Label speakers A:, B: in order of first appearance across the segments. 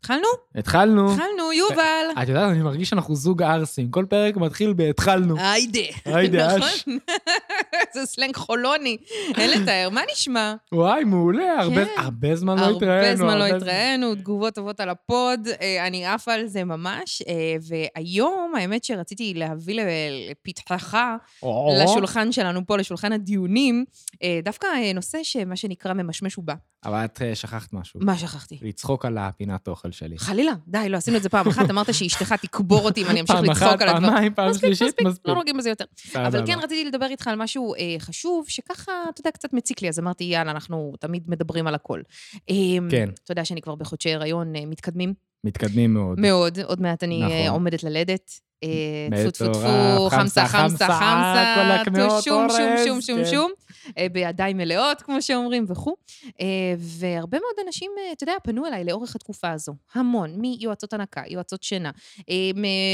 A: התחלנו?
B: התחלנו.
A: התחלנו, יובל.
B: את יודעת, אני מרגיש שאנחנו זוג ערסים. כל פרק מתחיל ב"התחלנו".
A: אה. היידה.
B: היידה,
A: נכון?
B: אש.
A: זה סלנג חולוני. אין לתאר. מה נשמע?
B: וואי, מעולה, הרבה-
A: כן.
B: הרבה זמן לא התראינו.
A: הרבה זמן לא התראינו, תגובות טובות על הפוד, אה, אני עפה על זה ממש. אה, והיום, האמת שרציתי להביא ל- לפתחך,
B: או,
A: לשולחן שלנו פה, לשולחן הדיונים, אה, דווקא אה, נושא שמה שנקרא ממשמש ובא.
B: אבל את אה, שכחת משהו.
A: מה שכחתי?
B: לצחוק על הפינת אוכל שלי.
A: חלילה, די, לא, עשינו את זה פעם אחת, אמרת שאשתך תקבור אותי אם אני אמשיך
B: פעם אחת,
A: לצחוק על הדבר.
B: פעמיים, פעם
A: מספיק,
B: שלישית,
A: מספיק,
B: מספיק.
A: לא נוגעים בזה יותר.
B: סבבה.
A: אבל כן רציתי לדבר איתך על משהו אה, חשוב, שככה, אתה יודע, קצת מציק לי, אז אמרתי, יאללה, אנחנו תמיד מדברים על הכל. אה,
B: כן.
A: אתה יודע שאני כבר בחודשי הריון אה, מתקדמים
B: מתקדמים מאוד.
A: מאוד, עוד מעט אני אה,
B: נכון.
A: עומדת ללדת. אה, טפו טפו
B: מטורף,
A: טפו,
B: חמסה,
A: חמסה
B: חמסה,
A: חמסה
B: כל
A: חמסה,
B: הקמעות,
A: שום שום
B: אורז,
A: שום שום
B: כן.
A: שום, אה, בידיים מלאות, כמו שאומרים, וכו'. אה, והרבה מאוד אנשים, אה, אתה יודע, פנו אליי לאורך התקופה הזו, המון, מיועצות הנקה, יועצות שינה, אה,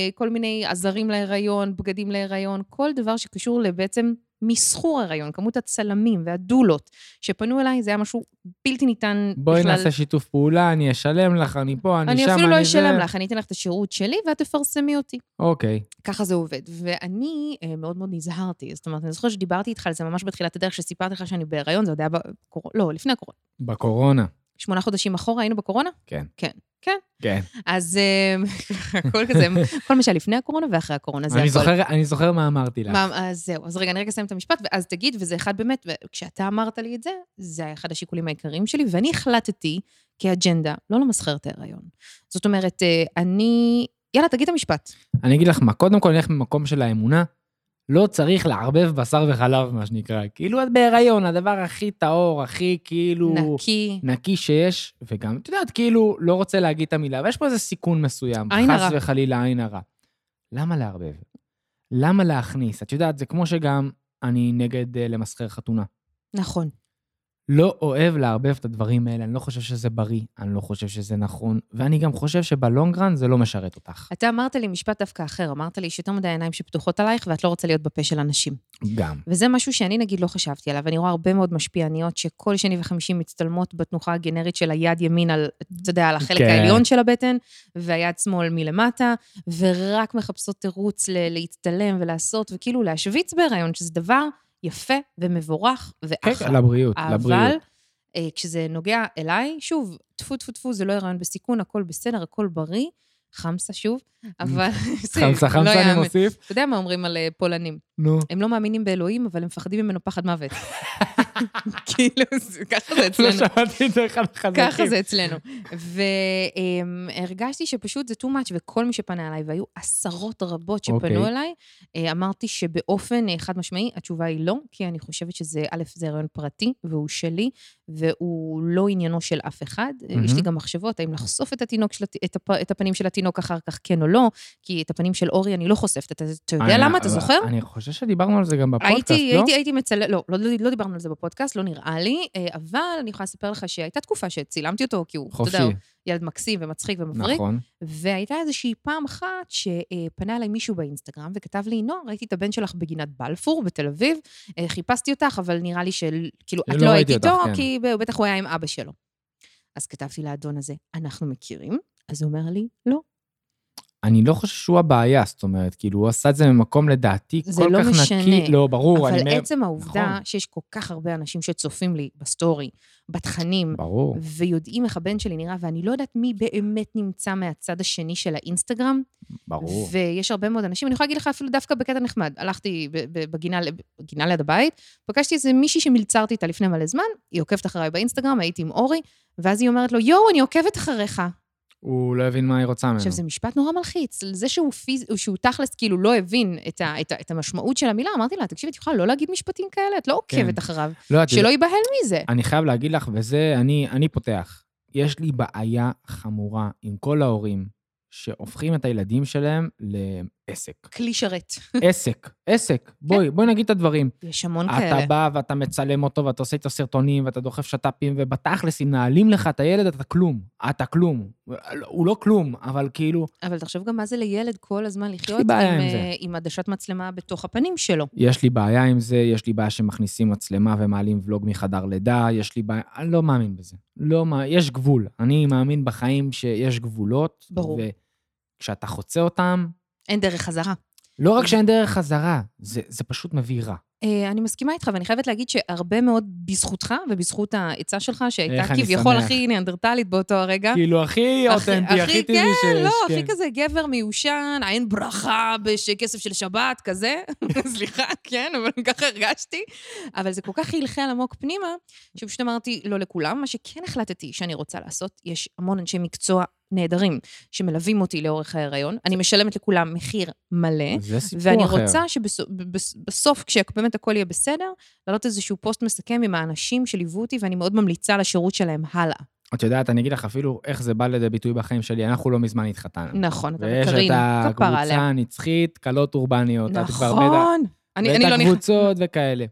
A: מכל מיני עזרים להיריון, בגדים להיריון, כל דבר שקשור לבעצם מסחור הריון, כמות הצלמים והדולות שפנו אליי, זה היה משהו בלתי ניתן בכלל.
B: בואי נעשה שיתוף פעולה, אני אשלם לך, אני פה, אני שם,
A: אני אפילו לא
B: זה.
A: אשלם לך, אני אתן לך את השירות שלי ואת תפרסמי אותי.
B: אוקיי.
A: ככה זה עובד. ואני אה, מאוד מאוד נזהרתי. זאת אומרת, אני זוכרת שדיברתי איתך על זה ממש בתחילת הדרך, שסיפרתי לך שאני בהיריון, זה עוד היה בקורונה, לא, לפני הקורונה.
B: בקורונה.
A: שמונה חודשים אחורה היינו בקורונה?
B: כן.
A: כן. כן.
B: כן.
A: אז אה, הכל כזה, כל מה שהיה לפני הקורונה ואחרי הקורונה, זה
B: אני
A: הכל.
B: זוכר- אני זוכר מה אמרתי לך.
A: מה- אז זהו, אז רגע, אני רגע אסיים את המשפט, ואז תגיד, וזה אחד באמת, כשאתה אמרת לי את זה, זה היה אחד השיקולים העיקריים שלי, ואני החלטתי, כאג'נדה, לא למסחר את ההיריון. זאת אומרת, אה, אני... יאללה, תגיד את המשפט.
B: אני אגיד לך מה, קודם כל נלך ממקום של האמונה. לא צריך לערבב בשר וחלב, מה שנקרא. כאילו, את בהיריון, הדבר הכי טהור, הכי כאילו...
A: נקי.
B: נקי שיש, וגם, את יודעת, כאילו, לא רוצה להגיד את המילה, ויש פה איזה סיכון מסוים.
A: עין
B: חס
A: הרע.
B: וחלילה, עין הרע. למה לערבב? למה להכניס? את יודעת, זה כמו שגם אני נגד אה, למסחר חתונה.
A: נכון.
B: לא אוהב לערבב את הדברים האלה, אני לא חושב שזה בריא, אני לא חושב שזה נכון, ואני גם חושב שבלונגרן זה לא משרת אותך.
A: אתה אמרת לי משפט דווקא אחר, אמרת לי שיותר מדי עיניים שפתוחות עלייך ואת לא רוצה להיות בפה של אנשים.
B: גם.
A: וזה משהו שאני נגיד לא חשבתי עליו, אני רואה הרבה מאוד משפיעניות שכל שני וחמישי מצטלמות בתנוחה הגנרית של היד ימין על, אתה יודע, על החלק
B: כן.
A: כן. העליון של הבטן, והיד שמאל מלמטה, ורק מחפשות תירוץ ל- להצטלם ולעשות, וכאילו להשוויץ בהיריון, שזה דבר יפה ומבורך
B: כן,
A: ואחלה.
B: כן, לבריאות,
A: אבל
B: לבריאות.
A: אה, כשזה נוגע אליי, שוב, טפו טפו טפו, זה לא הריון בסיכון, הכל בסדר, הכל בריא. חמסה שוב, אבל... זה
B: חמסה
A: לא
B: חמסה אני
A: יאמן.
B: מוסיף.
A: אתה יודע מה אומרים על אה, פולנים?
B: נו.
A: הם לא מאמינים באלוהים, אבל הם מפחדים ממנו פחד מוות. כאילו, זה- ככה זה
B: לא
A: אצלנו.
B: שמעתי את זה אחד החזקים.
A: ככה זה אצלנו. והרגשתי שפשוט זה too much, וכל מי שפנה אליי, והיו עשרות רבות
B: אוקיי.
A: שפנו אליי, אה, אמרתי שבאופן אה, חד משמעי, התשובה היא לא, כי אני חושבת שזה, א', זה הריון פרטי, והוא שלי, והוא לא עניינו של אף אחד. אה, יש לי
B: מהמם.
A: גם מחשבות, האם לחשוף את התינוק של, הת- את, הפ, את הפנים של התינוק אחר כך, כן או לא, כי את הפנים של אורי אני לא חושפת. אתה, אתה יודע
B: אני-
A: למה? אתה
B: אבל
A: זוכר?
B: אני חושב שדיברנו על זה גם בפודקאסט,
A: הייתי,
B: לא?
A: הייתי, הייתי מצלם, לא, לא, לא, לא דיברנו על זה בפודקאסט, לא נראה לי, אה, אבל אני יכולה לספר לך שהייתה תקופה שצילמתי אותו, כי הוא,
B: חופשי,
A: אתה יודע, הוא ילד מקסים ומצחיק ומבריק, נכון.
B: נכון.
A: והייתה איזושהי פעם אחת שפנה אליי מישהו באינסטגרם וכתב לי, נועה, ראיתי את הבן שלך בגינת בלפור בתל אביב, אה, חיפשתי אותך, אבל נראה לי שכאילו, את
B: לא
A: לא היית
B: ראיתי
A: איתו,
B: אותך, כן."
A: כי ב- בטח הוא היה עם אבא שלו. אז כתבתי לאדון הזה, אנחנו מכירים? אז הוא אומר לי, לא,
B: אני לא חושב שהוא הבעיה, זאת אומרת, כאילו, הוא עשה את זה ממקום לדעתי
A: זה
B: כל
A: לא
B: כך
A: משנה.
B: נקי. לא, ברור, אני
A: אבל
B: אומר...
A: עצם העובדה
B: נכון.
A: שיש כל כך הרבה אנשים שצופים לי בסטורי, בתכנים,
B: ברור.
A: ויודעים איך הבן שלי נראה, ואני לא יודעת מי באמת נמצא מהצד השני של האינסטגרם,
B: ברור.
A: ויש הרבה מאוד אנשים, אני יכולה להגיד לך אפילו דווקא בקטע נחמד, הלכתי ב- ב- בגינה ל- בגינה ליד הבית, פגשתי איזה מישהי שמלצרתי איתה לפני מלא זמן, היא עוקבת אחריי באינסטגרם, הייתי עם אורי, ואז היא אומרת לו, יואו, אני עוקבת אחריך.
B: הוא לא הבין מה היא רוצה ממנו.
A: עכשיו, זה משפט נורא מלחיץ. זה שהוא, פיז... שהוא תכלס כאילו לא הבין את, ה... את, ה... את המשמעות של המילה, אמרתי לה, תקשיבי, את יכולה לא להגיד משפטים כאלה? את לא עוקבת
B: כן.
A: אחריו.
B: לא, את
A: שלא ייבהל מזה.
B: אני חייב להגיד לך, וזה, אני, אני פותח. יש לי בעיה חמורה עם כל ההורים שהופכים את הילדים שלהם ל... עסק.
A: כלי שרת.
B: עסק, עסק.
A: כן.
B: בואי, בואי נגיד את הדברים.
A: יש המון כאלה.
B: אתה בא ואתה מצלם אותו ואתה עושה איתו סרטונים ואתה דוחף שת"פים, ובתכלס, אם נעלים לך את הילד, אתה כלום. אתה כלום. הוא לא כלום, אבל כאילו,
A: אבל תחשוב גם מה זה לילד כל הזמן לחיות
B: בעיה
A: עם,
B: עם זה.
A: אה, עם עדשת מצלמה בתוך הפנים שלו.
B: יש לי בעיה עם זה, יש לי בעיה שמכניסים מצלמה ומעלים ולוג מחדר לידה, יש לי בעיה... אני לא מאמין בזה. לא מה... יש גבול. אני מאמין בחיים שיש גבולות.
A: ברור.
B: וכשאתה חוצה אותם,
A: אין דרך חזרה.
B: לא רק שאין דרך חזרה, זה, זה פשוט מביא רע.
A: אה, אני מסכימה איתך, ואני חייבת להגיד שהרבה מאוד בזכותך ובזכות העצה שלך,
B: איך
A: שהייתה
B: אני
A: כביכול
B: שמח.
A: הכי ניאנדרטלית באותו הרגע.
B: כאילו, הכי אותנטי, הכי טבעי
A: אה, כן,
B: שיש.
A: לא, הכי כזה גבר מיושן, עין ברכה בכסף של שבת, כזה. סליחה, כן, אבל ככה הרגשתי. אבל זה כל כך חלחל עמוק פנימה, שפשוט אמרתי לא לכולם. מה שכן החלטתי שאני רוצה לעשות, יש המון אנשי מקצוע נהדרים שמלווים אותי לאורך ההיריון. אני משלמת לכולם מחיר מלא.
B: זה סיפור אחר.
A: ואני רוצה שבסוף, כשבאמת הכל יהיה בסדר, לעלות איזשהו פוסט מסכם עם האנשים שליוו אותי, ואני מאוד ממליצה על השירות שלהם הלאה.
B: את יודעת, אני אגיד לך אפילו איך זה בא לידי ביטוי בחיים שלי. אנחנו לא מזמן התחתנו.
A: נכון, אתה
B: ויש את
A: וקרין, כפרה
B: הקבוצה
A: עליה.
B: הנצחית, כלות אורבניות. את כבר בטח-
A: נכון. אני אני לא
B: ואת
A: נכנסת.
B: הקבוצות וכאלה.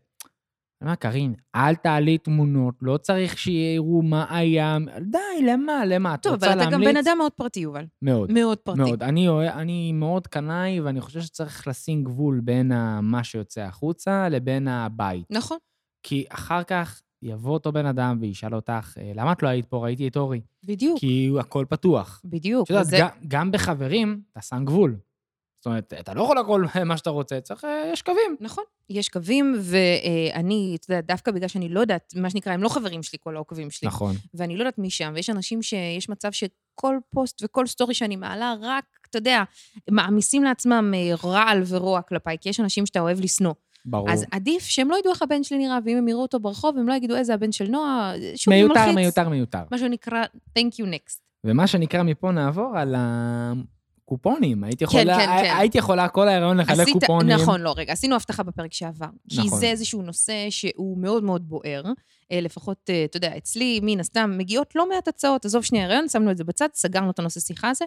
B: אני אומר, קארין, אל תעלי תמונות, לא צריך שיראו מה היה, די, למה, למה? את
A: טוב,
B: רוצה
A: אבל אתה
B: להמליץ?
A: גם בן אדם מאוד פרטי, יובל.
B: מאוד,
A: מאוד פרטי.
B: מאוד. אני, אוה- אני מאוד קנאי, ואני חושב שצריך לשים גבול בין ה- מה שיוצא החוצה לבין הבית.
A: נכון.
B: כי אחר כך יבוא אותו בן אדם וישאל אותך, "אה, למה את לא היית פה? ראיתי את אורי.
A: בדיוק,
B: כי הוא- הכל פתוח.
A: בדיוק.
B: את יודעת,
A: וזה-
B: גם, גם בחברים, אתה שם גבול. זאת אומרת, אתה לא יכול הכל מה שאתה רוצה, צריך, אה, יש קווים.
A: נכון, יש קווים, ואני, אתה יודע, דווקא בגלל שאני לא יודעת, מה שנקרא, הם לא חברים שלי, כל העוקבים שלי.
B: נכון.
A: ואני לא יודעת מי שם, ויש אנשים שיש מצב שכל פוסט וכל סטורי שאני מעלה, רק, אתה יודע, מעמיסים לעצמם אה, רעל ורוע כלפיי, כי יש אנשים שאתה אוהב לשנוא.
B: ברור.
A: אז עדיף שהם לא ידעו איך הבן שלי נראה, ואם הם יראו אותו ברחוב, הם לא יגידו איזה הבן של נועה, אה, שוב, הוא
B: מיותר,
A: מלחיץ.
B: מיותר, מיותר.
A: מה שנקרא, thank you next.
B: ומה שנקרא, מפה נעבור על הקופונים. הייתי
A: כן,
B: יכולה,
A: כן, כן.
B: הייתי יכולה כל ההיריון לחלק
A: עשית-
B: קופונים.
A: נכון, לא, רגע, עשינו הבטחה בפרק שעבר. כי
B: נכון.
A: זה איזשהו נושא שהוא מאוד מאוד בוער. אה, לפחות, אה, אתה יודע, אצלי, מן הסתם, מגיעות לא מעט הצעות. עזוב שנייה הריון, שמנו את זה בצד, סגרנו את הנושא שיחה הזה,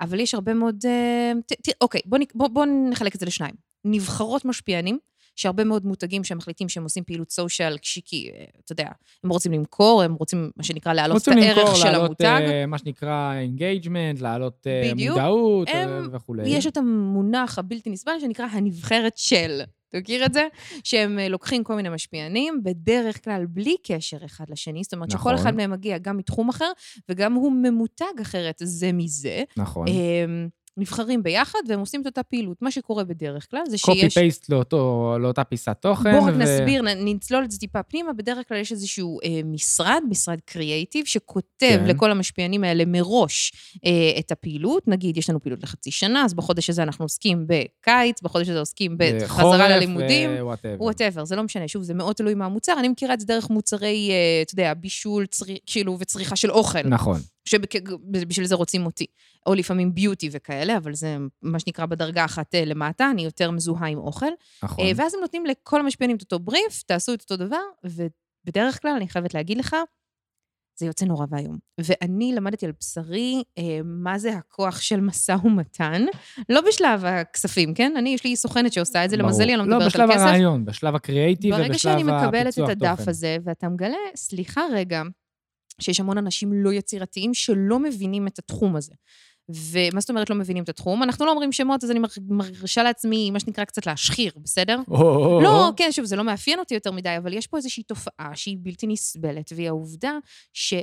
A: אבל יש הרבה מאוד... אה, ת- ת- אוקיי, בואו בוא, בוא נחלק את זה לשניים. נבחרות משפיענים, שהרבה מאוד מותגים שהם מחליטים שהם עושים פעילות סושיאל, כי- כי, אה, אתה יודע, הם רוצים למכור, הם רוצים, מה שנקרא, להעלות את
B: רוצים למכור,
A: הערך של
B: להעלות
A: המותג.
B: אה, מה שנקרא אינגייג'מנט, להעלות אה,
A: בדיוק.
B: מודעות אה,
A: הם-
B: וכולי.
A: יש את המונח הבלתי נסבל שנקרא הנבחרת של. אתה מכיר את זה? שהם אה, לוקחים כל מיני משפיענים, בדרך כלל בלי קשר אחד לשני, זאת אומרת
B: נכון.
A: שכל אחד מהם מגיע גם מתחום אחר, וגם הוא ממותג אחרת זה מזה. אה,
B: נכון.
A: הם נבחרים ביחד והם עושים את אותה פעילות. מה שקורה בדרך כלל זה
B: קופי
A: שיש...
B: פייסט לאותו- לאותה פיסת תוכן.
A: בואו רק
B: ו-
A: נסביר, נ- נצלול את זה טיפה פנימה. בדרך כלל יש איזשהו אה, משרד, משרד קריאייטיב, שכותב
B: כן.
A: כן. לכל המשפיענים האלה מראש אה, את הפעילות. נגיד, יש לנו פעילות לחצי שנה, אז בחודש הזה אנחנו עוסקים בקיץ, בחודש הזה עוסקים בחזרה
B: חורף,
A: ללימודים.
B: אה, whatever.
A: וואטאבר, זה לא משנה, שוב, זה מאוד תלוי מהמוצר. אני מכירה את זה דרך מוצרי, אה, אתה יודע, בישול, צרי, כאילו, וצריכה של אוכל.
B: נכון.
A: שבשביל זה רוצים אותי. או לפעמים ביוטי וכאלה, אבל זה מה שנקרא בדרגה אחת אה, למטה, אני יותר מזוהה עם אוכל.
B: נכון.
A: אה, ואז הם נותנים לכל המשפיענים את אותו בריף, תעשו את אותו דבר, ובדרך כלל, אני חייבת להגיד לך, זה יוצא נורא ואיום. ואני למדתי על בשרי אה, מה זה הכוח של משא ומתן, לא בשלב הכספים, כן? אני, יש לי סוכנת שעושה את זה,
B: ברור.
A: למזלי, אני לא מדברת
B: לא,
A: על
B: בשלב
A: כסף.
B: הרעיון, בשלב הקריאיטיב ובשלב
A: ברגע
B: הפיצוח
A: שאני
B: תוכן.
A: מקבלת את הדף הזה, ואתה מגלה, סליחה רגע, שיש המון אנשים לא יצירתיים שלא מבינים את התחום הזה. ומה זאת אומרת לא מבינים את התחום? אנחנו לא אומרים שמות, אז אני מר- מרשה לעצמי, מה שנקרא, קצת להשחיר, בסדר?
B: או, או, או,
A: לא,
B: או.
A: כן, שוב, זה לא מאפיין אותי יותר מדי, אבל יש פה איזושהי תופעה שהיא בלתי נסבלת, והיא העובדה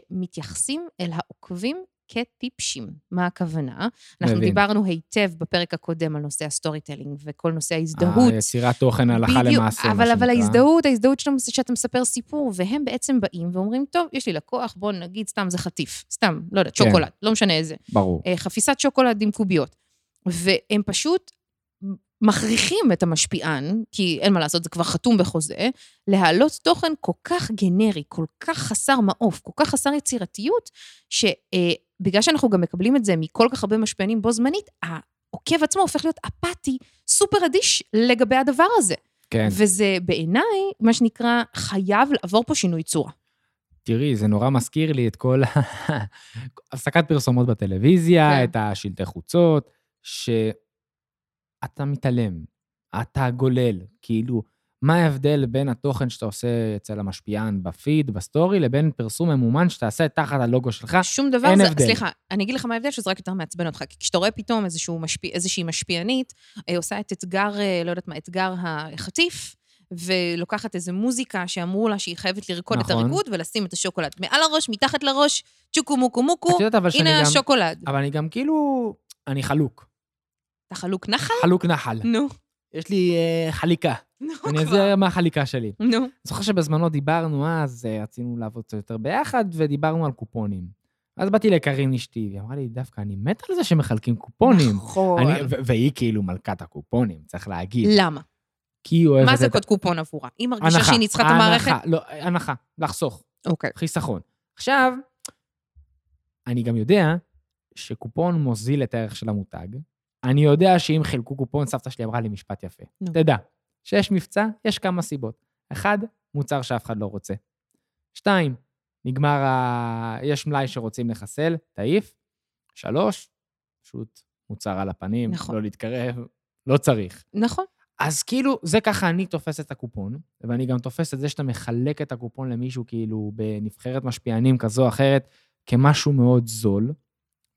A: שמתייחסים אל העוקבים כטיפשים. מה הכוונה? אנחנו
B: מבין.
A: דיברנו היטב בפרק הקודם על נושא הסטורי טלינג וכל נושא ההזדהות.
B: אה, יצירת תוכן הלכה
A: בדיוק,
B: למעשה, מה
A: אבל, אבל
B: שנקרא.
A: ההזדהות, ההזדהות שלהם זה שאתה מספר סיפור, והם בעצם באים ואומרים, טוב, יש לי לקוח, בוא נגיד, סתם זה חטיף, סתם, לא יודעת,
B: כן.
A: שוקולד, לא משנה איזה.
B: ברור.
A: אה, חפיסת שוקולד עם קוביות. והם פשוט מכריחים את המשפיען, כי אין מה לעשות, זה כבר חתום בחוזה, להעלות תוכן כל כך גנרי, כל כך חסר מעוף, כל כך חסר יצירתיות, שבגלל שאנחנו גם מקבלים את זה מכל כך הרבה משפיענים בו זמנית, העוקב עצמו הופך להיות אפאתי, סופר אדיש לגבי הדבר הזה.
B: כן.
A: וזה בעיניי, מה שנקרא, חייב לעבור פה שינוי צורה.
B: תראי, זה נורא מזכיר לי את כל ה- הפסקת פרסומות בטלוויזיה,
A: כן.
B: את השלטי חוצות, ש... אתה מתעלם, אתה גולל. כאילו, מה ההבדל בין התוכן שאתה עושה אצל המשפיען בפיד, בסטורי, לבין פרסום ממומן שתעשה תחת הלוגו שלך?
A: שום דבר,
B: אין
A: זה,
B: הבדל.
A: סליחה, אני אגיד לך מה ההבדל, שזה רק יותר מעצבן אותך. כי כשאתה רואה פתאום איזשהו משפיע, איזושהי משפיענית, אה, עושה את אתגר, אה, לא יודעת מה, אתגר החטיף, ולוקחת איזו מוזיקה שאמרו לה שהיא חייבת לרקוד את
B: נכון.
A: הריקוד ולשים את השוקולד מעל הראש, מתחת לראש, צ'וקו מוקו מוקו,
B: את יודעת, אבל שאני
A: הנה
B: גם...
A: השוקולד.
B: אבל אני גם כאילו... אני חלוק.
A: אתה חלוק נחל?
B: חלוק נחל.
A: נו,
B: יש לי אה, חליקה.
A: נו
B: אני
A: כבר.
B: זה מהחליקה שלי.
A: נו,
B: זוכר שבזמנו דיברנו אז, אה, רצינו לעבוד קצת יותר ביחד, ודיברנו על קופונים. אז באתי לקרין אשתי, והיא אמרה לי, דווקא אני מת על זה שמחלקים קופונים.
A: נכון.
B: אני- ו- והיא כאילו מלכת הקופונים, צריך להגיד.
A: למה?
B: כי היא אוהבת
A: מה
B: את
A: זה
B: ה-
A: קוד קופון עבורה? היא מרגישה
B: הנחה,
A: שהיא ניצחה את
B: הנחה,
A: המערכת?
B: לא, הנחה, לחסוך,
A: אוקיי.
B: חיסכון. עכשיו, אני גם יודע שקופון מוזיל את הערך של המותג. אני יודע שאם חילקו קופון, סבתא שלי אמרה לי משפט יפה.
A: נו.
B: תדע, שיש מבצע, יש כמה סיבות. אחד, מוצר שאף אחד לא רוצה. שתיים, נגמר ה... יש מלאי שרוצים לחסל, תעיף. שלוש, פשוט מוצר על הפנים,
A: נכון.
B: לא להתקרב, לא צריך.
A: נכון.
B: אז כאילו, זה ככה אני תופס את הקופון, ואני גם תופס את זה שאתה מחלק את הקופון למישהו, כאילו, בנבחרת משפיענים כזו או אחרת, כמשהו מאוד זול.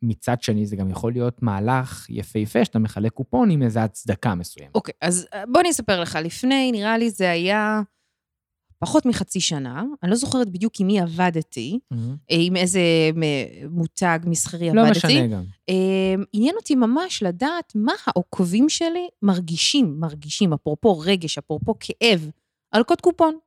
B: מצד שני, זה גם יכול להיות מהלך יפהפה שאתה מחלק קופון עם איזו הצדקה מסוימת.
A: אוקיי, אז אה, בוא אני אספר לך. לפני, נראה לי זה היה פחות מחצי שנה. אני לא זוכרת בדיוק עם מי עבדתי, אה, עם איזה מ- מותג מסחרי
B: לא
A: עבדתי.
B: משנה גם.
A: אה, עניין אותי ממש לדעת מה העוקבים שלי מרגישים, מרגישים, אפרופו רגש, אפרופו כאב, על קוד קופון.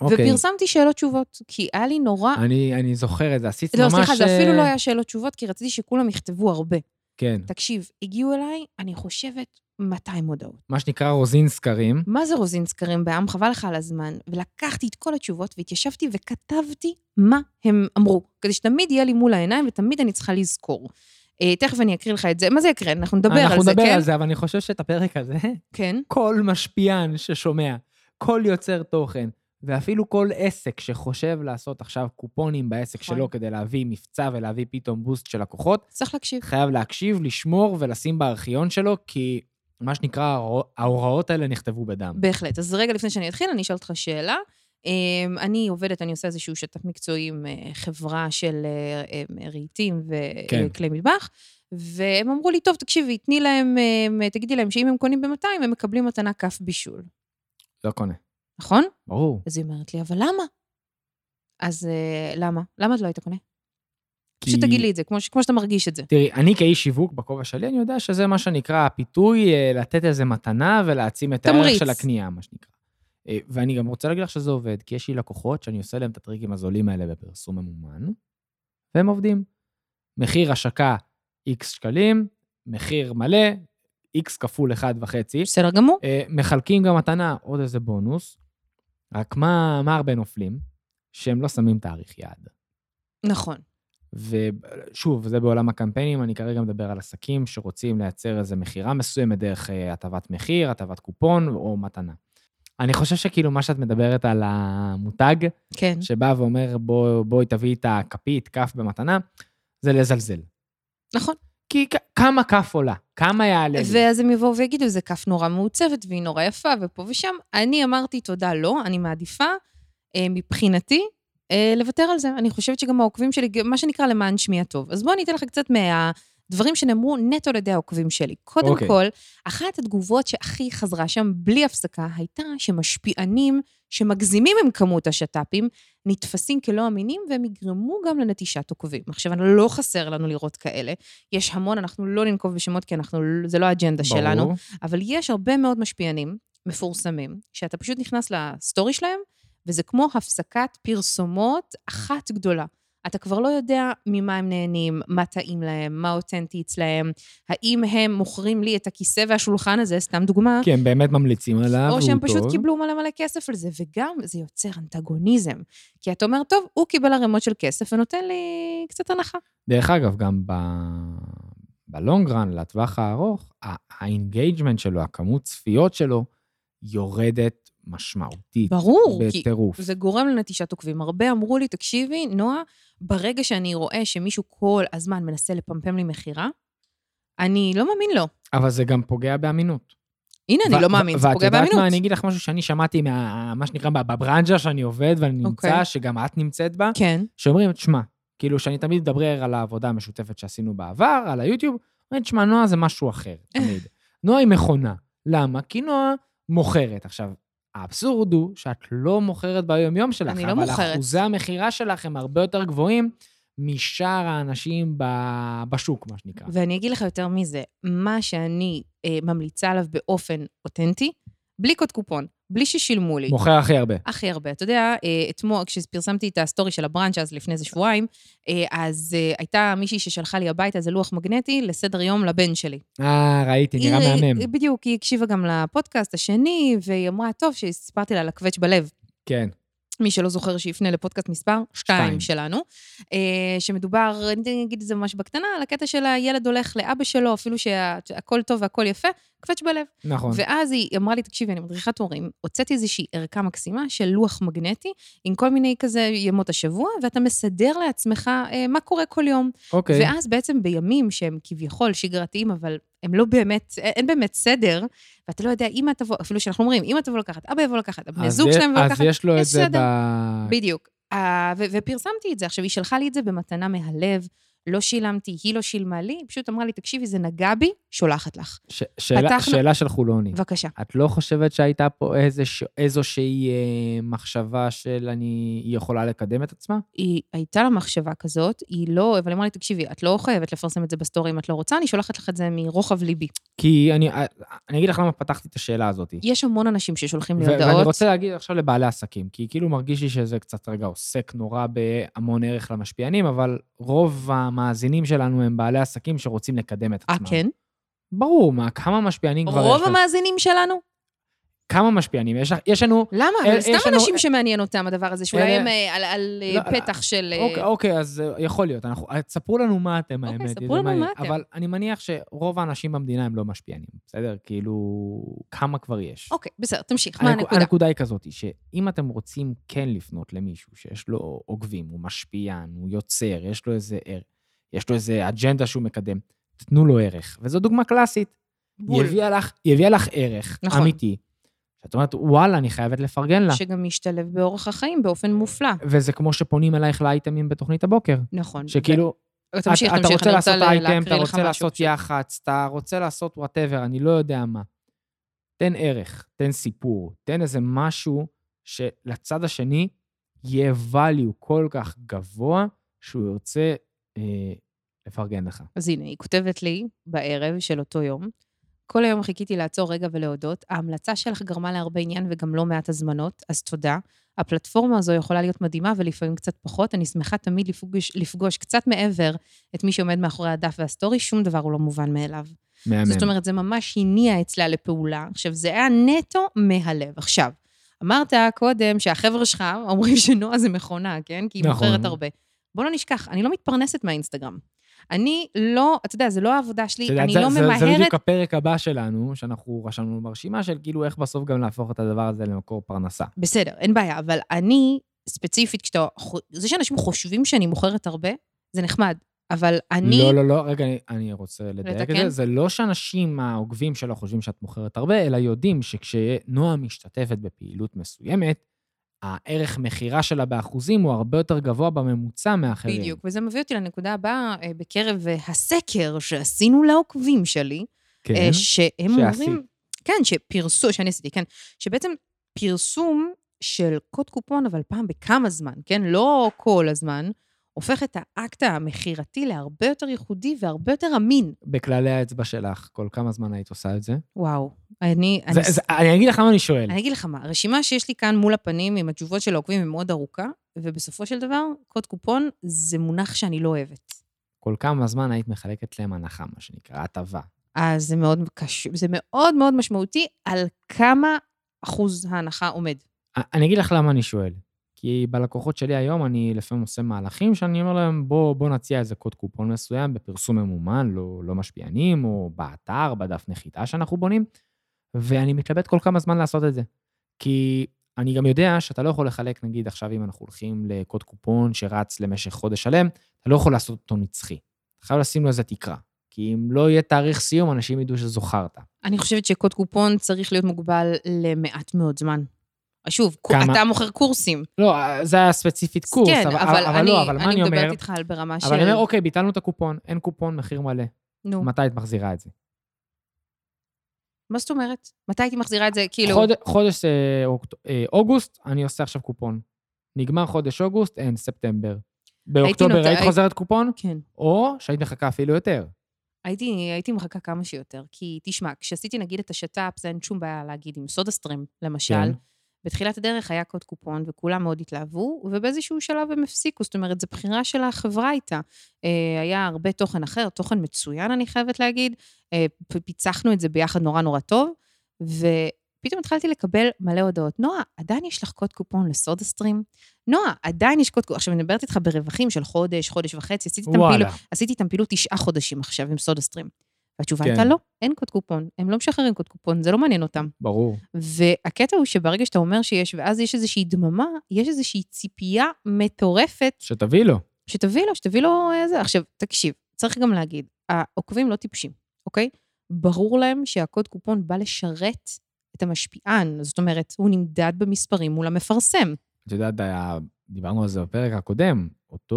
B: אוקיי,
A: ופרסמתי שאלות תשובות, כי היה לי נורא...
B: אני אני זוכר את זה, עשית
A: לא,
B: ממש...
A: סליחה, זה
B: אה,
A: אפילו לא היה שאלות תשובות, כי רציתי שכולם יכתבו הרבה.
B: כן,
A: תקשיב, הגיעו אליי, אני חושבת, 200 הודעות.
B: מה שנקרא רוזין סקרים.
A: מה זה רוזין סקרים בעם? חבל לך על הזמן. ולקחתי את כל התשובות והתיישבתי וכתבתי מה הם אמרו, כדי שתמיד יהיה לי מול העיניים ותמיד אני צריכה לזכור. אה, תכף אני אקריא לך את זה. מה זה אקריא? אנחנו נדבר על
B: אנחנו
A: זה,
B: נדבר
A: כן?
B: על זה, אבל אני חושב שאת הפרק הזה
A: כן.
B: כל משפיען ששומע, כל יוצר תוכן, ואפילו כל עסק שחושב לעשות עכשיו קופונים בעסק
A: נכון.
B: שלו כדי להביא מבצע ולהביא פתאום בוסט של לקוחות,
A: צריך להקשיב.
B: חייב להקשיב, לשמור ולשים בארכיון שלו, כי מה שנקרא, ההור- ההוראות האלה נכתבו בדם.
A: בהחלט. אז רגע לפני שאני אתחיל, אני אשאל אותך שאלה. אמ, אני עובדת, אני עושה איזשהו שת"פ מקצועי עם אה, חברה של אה, אמ, רהיטים
B: כן.
A: וכלי מטבח, והם אמרו לי, טוב, תקשיבי, תני להם, אמ, תגידי להם שאם הם קונים ב-200, הם מקבלים מתנה כף בישול,
B: לא קונה.
A: נכון?
B: ברור.
A: אז היא אומרת לי, אבל למה? אז אה, למה? למה את לא היית קונה?
B: כי-
A: פשוט תגיד לי את זה, כמו, ש- כמו שאתה מרגיש את זה.
B: תראי, אני כאיש שיווק בכובע שלי, אני יודע שזה מה שנקרא הפיתוי, אה, לתת איזה מתנה ולהעצים את הערך
A: תמריץ.
B: של הקנייה, מה שנקרא. אה, ואני גם רוצה להגיד לך שזה עובד, כי יש לי לקוחות שאני עושה להם את הטריקים הזולים האלה בפרסום ממומן, והם עובדים. מחיר השקה X שקלים, מחיר מלא, X כפול 1.5,
A: בסדר גמור.
B: אה, מחלקים גם מתנה, עוד איזה בונוס. רק מה, מה הרבה נופלים? שהם לא שמים תאריך יעד.
A: נכון.
B: ושוב, זה בעולם הקמפיינים, אני כרגע מדבר על עסקים שרוצים לייצר איזו מכירה מסוימת דרך אה, הטבת מחיר, הטבת קופון או מתנה. אני חושב שכאילו מה שאת מדברת על המותג,
A: כן.
B: שבא ואומר בוא, בואי תביאי את הכפית, כף במתנה, זה לזלזל.
A: נכון.
B: כי כ- כמה כף עולה? כמה יעלה לי?
A: ואז הם יבואו ויגידו, זה כף נורא מעוצבת והיא נורא יפה ופה ושם. אני אמרתי, תודה, לא, אני מעדיפה, אה, מבחינתי, אה, לוותר על זה. אני חושבת שגם העוקבים שלי, גם מה שנקרא למען שמי הטוב. אז בואו אני אתן לך קצת מהדברים שנאמרו נטו על ידי העוקבים שלי. קודם okay.
B: אוקיי.
A: כל, אחת התגובות שהכי חזרה שם בלי הפסקה הייתה שמשפיענים שמגזימים עם כמות השת"פים, נתפסים כלא אמינים והם יגרמו גם לנטישת עוקבים. עכשיו, אני- לא חסר לנו לראות כאלה. יש המון, אנחנו לא ננקוב בשמות כי אנחנו, זה לא האג'נדה
B: ברור.
A: שלנו. אבל יש הרבה מאוד משפיענים מפורסמים, שאתה פשוט נכנס לסטורי שלהם, וזה כמו הפסקת פרסומות אחת גדולה. אתה כבר לא יודע ממה הם נהנים, מה טעים להם, מה אותנטי אצלהם, האם הם מוכרים לי את הכיסא והשולחן הזה, סתם דוגמה,
B: כי הם באמת ממליצים עליו, והוא טוב.
A: או שהם פשוט קיבלו מלא מלא כסף על זה, וגם זה יוצר אנטגוניזם. כי אתה אומר, טוב, הוא קיבל ערימות של כסף ונותן לי קצת הנחה.
B: דרך אגב, גם ב... בלונגרן, לטווח הארוך, ה- האינגייג'מנט שלו, הכמות צפיות שלו, יורדת משמעותית.
A: ברור, כי
B: בטירוף.
A: זה גורם לנטישת עוקבים. הרבה אמרו לי, תקשיבי, נועה, ברגע שאני רואה שמישהו כל הזמן מנסה לפמפם לי מכירה, אני לא מאמין לו.
B: אבל זה גם פוגע באמינות.
A: הנה, אני
B: ו-
A: לא
B: ו-
A: מאמין, זה פוגע
B: ואת יודעת מה, אני
A: באמינות.
B: אגיד לך משהו שאני שמעתי מה... מה שנקרא בברנז'ה שאני עובד ואני נמצא,
A: אוקיי.
B: שגם את נמצאת בה,
A: כן,
B: שאומרים, תשמע, כאילו שאני תמיד מדבר על העבודה המשותפת שעשינו בעבר, על היוטיוב, אומרים, תשמע, נועה זה משהו אחר,
A: אה.
B: תמיד. נועה היא מכונה. למה? כי נועה מוכרת. עכשיו, האבסורד הוא שאת לא מוכרת ביום-יום שלך.
A: אני לא
B: אבל
A: מוכרת.
B: אחוזי המכירה שלך הם הרבה יותר גבוהים משאר האנשים ב... בשוק, מה שנקרא.
A: ואני אגיד לך יותר מזה, מה שאני אה, ממליצה עליו באופן אותנטי, בלי קוד קופון, בלי ששילמו לי.
B: מוכר הכי הרבה.
A: הכי הרבה. אתה יודע, אה, אתמול, כשפרסמתי את הסטורי של הברנץ' אז לפני איזה שבועיים, אה, אז אה, הייתה מישהי ששלחה לי הביתה איזה לוח מגנטי לסדר יום לבן שלי.
B: אה, ראיתי, נראה
A: היא-
B: מהמם.
A: היא- בדיוק, היא הקשיבה גם לפודקאסט השני, והיא אמרה, טוב, שסיפרתי לה על הקווץ' בלב.
B: כן.
A: מי שלא זוכר שיפנה לפודקאסט מספר 2
B: שתיים.
A: שלנו, אה, שמדובר, אני אגיד את זה ממש בקטנה, על הקטע של הילד הולך לאבא שלו, אפילו שהכל טוב והכל יפה, קווץ' בלב.
B: נכון.
A: ואז היא אמרה לי, תקשיבי, אני מדריכת הורים, הוצאתי איזושהי ערכה מקסימה של לוח מגנטי, עם כל מיני כזה ימות השבוע, ואתה מסדר לעצמך אה, מה קורה כל יום.
B: אוקיי.
A: ואז בעצם בימים שהם כביכול שגרתיים, אבל הם לא באמת, אין- אין באמת סדר, ואתה לא יודע, אמא תבוא, אפילו שאנחנו אומרים, אמא תבוא לקחת, אבא יבוא לקחת, הבני
B: אז
A: זוג
B: יש-
A: שלהם יבוא לקחת,
B: אז יש לו את
A: יש
B: זה ב...
A: סדר. בדיוק. אה, ו- ופרסמתי את זה. עכשיו, היא שלחה לי את זה במתנה מהלב, לא שילמתי, היא לא שילמה לי, היא פשוט אמרה לי, תקשיבי, זה נגע בי, שולחת לך.
B: ש- שאלה-
A: פתחנו-
B: שאלה של חולוני.
A: בבקשה.
B: את לא חושבת שהייתה פה איזוש, איזושהי אה, מחשבה של אני, היא יכולה לקדם את עצמה?
A: היא הייתה לה מחשבה כזאת, היא לא, אבל היא אמרה לי, תקשיבי, את לא חייבת לפרסם את זה בסטורי אם את לא רוצה, אני שולחת לך את זה מרוחב ליבי.
B: כי אני, אה, אני אגיד לך למה פתחתי את השאלה הזאת.
A: יש המון אנשים ששולחים לי
B: ו- ואני
A: הודעות.
B: רוצה להגיד עכשיו לבעלי עסקים, כי כאילו מרגיש לי שזה קצת רגע עוסק נורא בהמון ערך למשפיענים, אבל רוב המאזינים שלנו הם בעלי עסקים שרוצים לקדם את
A: אה,
B: עצמם.
A: כן?
B: ברור, מה, כמה משפיענים כבר
A: רוב
B: יש לנו?
A: המאזינים שלנו?
B: כמה משפיענים יש לך? יש לנו...
A: למה?
B: אל-
A: אבל
B: אה, יש
A: סתם
B: לנו-
A: אנשים שמעניין אותם הדבר הזה, שאולי
B: אלה-
A: הם אה, על- על אה,
B: לא,
A: פתח של... אה,
B: אוקיי, אוקיי, אז אה, יכול להיות. אנחנו, אה, ספרו לנו מה אתם, האמת.
A: אוקיי,
B: זה
A: ספרו לנו
B: מעניין.
A: מה אתם.
B: אבל אני מניח שרוב האנשים במדינה הם לא משפיענים, בסדר? כאילו, כמה כבר יש?
A: אוקיי, בסדר, תמשיך, מה
B: הנק-
A: הנקודה?
B: הנקודה היא כזאת, שאם אתם רוצים כן לפנות למישהו שיש לו עוקבים, הוא משפיען, הוא יוצר, יש לו איזה ער, יש לו איזה אג'נדה שהוא מקדם, תנו לו ערך. וזו דוגמה קלאסית. היא
A: בול.
B: הביאה לך, היא הביאה לך ערך
A: נכון.
B: אמיתי. שאת אומרת, וואלה, אני חייבת לפרגן לה.
A: שגם משתלב באורח החיים באופן מופלא.
B: וזה כמו שפונים אלייך לאייטמים בתוכנית הבוקר.
A: נכון.
B: שכאילו,
A: ו- תמשיך,
B: אתה,
A: תמשיך,
B: אתה רוצה
A: אני רוצה
B: לעשות
A: לה-
B: אייטם, אתה
A: להקריא לך
B: רוצה
A: משהו.
B: לעשות יח"צ, אתה רוצה לעשות וואטאבר, אני לא יודע מה. תן ערך, תן סיפור, תן איזה משהו שלצד השני יהיה value כל כך גבוה, שהוא ירצה אה, לפרגן לך.
A: אז הנה, היא כותבת לי בערב של אותו יום, כל היום חיכיתי לעצור רגע ולהודות. ההמלצה שלך גרמה להרבה עניין וגם לא מעט הזמנות, אז תודה. הפלטפורמה הזו יכולה להיות מדהימה ולפעמים קצת פחות. אני שמחה תמיד לפגוש, לפגוש קצת מעבר את מי שעומד מאחורי הדף והסטורי, שום דבר הוא לא מובן מאליו.
B: מהמם.
A: זאת אומרת, זה ממש הניע אצלה לפעולה. עכשיו, זה היה נטו מהלב. עכשיו, אמרת קודם שהחבר'ה שלך אומרים שנועה זה מכונה, כן? כי היא
B: נכון.
A: מוכרת הרבה. בוא לא נשכח, אני לא מתפרנסת מהאינסטגרם. אני לא, אתה יודע, זה לא העבודה שלי,
B: את יודעת,
A: אני
B: זה-
A: לא
B: זה-
A: ממהרת...
B: זה בדיוק הפרק הבא שלנו, שאנחנו רשמנו ברשימה של כאילו איך בסוף גם להפוך את הדבר הזה למקור פרנסה.
A: בסדר, אין בעיה, אבל אני, ספציפית, כשאתה... חו- זה שאנשים חושבים שאני מוכרת הרבה, זה נחמד, אבל אני...
B: לא, לא, לא, רגע, אני, אני רוצה לדייק את
A: לתקן?
B: זה. זה לא שאנשים העוקבים שלו חושבים שאת מוכרת הרבה, אלא יודעים שכשנועה משתתפת בפעילות מסוימת, הערך מכירה שלה באחוזים הוא הרבה יותר גבוה בממוצע מאחרים.
A: בדיוק, וזה מביא אותי לנקודה הבאה, אה, בקרב אה, הסקר שעשינו לעוקבים שלי,
B: כן.
A: אה, שהם
B: שעשית.
A: אומרים, כן, שפרסום, שאני עשיתי, כן, שבעצם פרסום של קוד קופון, אבל פעם בכמה זמן, כן? לא כל הזמן, הופך את האקט המכירתי להרבה יותר ייחודי והרבה יותר אמין.
B: בכללי האצבע שלך, כל כמה זמן היית עושה את זה?
A: וואו, אני...
B: זה,
A: אני,
B: זה אני אגיד לך למה אני שואל.
A: אני אגיד לך מה, הרשימה שיש לי כאן מול הפנים עם התשובות של העוקבים היא מאוד ארוכה, ובסופו של דבר, קוד קופון זה מונח שאני לא אוהבת.
B: כל כמה זמן היית מחלקת להם הנחה, מה שנקרא, הטבה.
A: אז זה מאוד קשה, זה מאוד מאוד משמעותי על כמה אחוז ההנחה עומד.
B: א- אני אגיד לך למה אני שואל. כי בלקוחות שלי היום אני לפעמים עושה מהלכים שאני אומר להם, בוא, בוא נציע איזה קוד קופון מסוים בפרסום ממומן, לא, לא משפיענים, או באתר, בדף נחיתה שאנחנו בונים, ואני מתלבט כל כמה זמן לעשות את זה. כי אני גם יודע שאתה לא יכול לחלק, נגיד עכשיו אם אנחנו הולכים לקוד קופון שרץ למשך חודש שלם, אתה לא יכול לעשות אותו נצחי. אתה חייב לשים לו איזה תקרה. כי אם לא יהיה תאריך סיום, אנשים ידעו שזוכרת.
A: אני חושבת שקוד קופון צריך להיות מוגבל למעט מאוד זמן. שוב, קו-
B: כמה?
A: אתה מוכר קורסים.
B: לא, זה היה ספציפית קורס,
A: כן,
B: אבל, אבל, אבל
A: אני,
B: לא, אבל מה אני אומר?
A: מדברת איתך על ברמה של...
B: אבל אני אומר, אוקיי, ביטלנו את הקופון, אין קופון, מחיר מלא.
A: נו,
B: מתי את מחזירה את זה?
A: מה זאת אומרת? מתי הייתי מחזירה את זה? כאילו...
B: חוד, חודש אה, אוקט- אה, אוגוסט, אני עושה עכשיו קופון. נגמר חודש אוגוסט, אין, ספטמבר. באוקטובר
A: נותן-
B: היית
A: הי-
B: חוזרת קופון,
A: כן.
B: או שהיית מחכה אפילו יותר.
A: הייתי, הייתי מחכה כמה שיותר, כי תשמע, כשעשיתי נגיד את השת"פ, זה אין שום בעיה להגיד עם סודה סטרים, למשל.
B: כן.
A: בתחילת הדרך היה קוד קופון, וכולם מאוד התלהבו, ובאיזשהו שלב הם הפסיקו, זאת אומרת, זו בחירה של החברה הייתה. אה, היה הרבה תוכן אחר, תוכן מצוין, אני חייבת להגיד. אה, פ- פיצחנו את זה ביחד נורא נורא טוב, ופתאום התחלתי לקבל מלא הודעות. נועה, עדיין יש לך קוד קופון לסודה סטרים? נועה, עדיין יש קוד קופון. עכשיו, אני מדברת איתך ברווחים של חודש, חודש וחצי, עשיתי איתם פעילות.
B: וואלה.
A: עשיתי איתם פעילות תשעה חודשים עכשיו עם סודה סטרים. והתשובה
B: כן.
A: הייתה לא, אין קוד קופון, הם לא משחררים קוד קופון, זה לא מעניין אותם.
B: ברור.
A: והקטע הוא שברגע שאתה אומר שיש, ואז יש איזושהי דממה, יש איזושהי ציפייה מטורפת
B: שתביא לו.
A: שתביא לו, שתביא לו איזה... עכשיו, תקשיב, צריך גם להגיד, העוקבים לא טיפשים, אוקיי? ברור להם שהקוד קופון בא לשרת את המשפיען, זאת אומרת, הוא נמדד במספרים מול המפרסם.
B: את יודעת, היה- דיברנו על זה בפרק הקודם,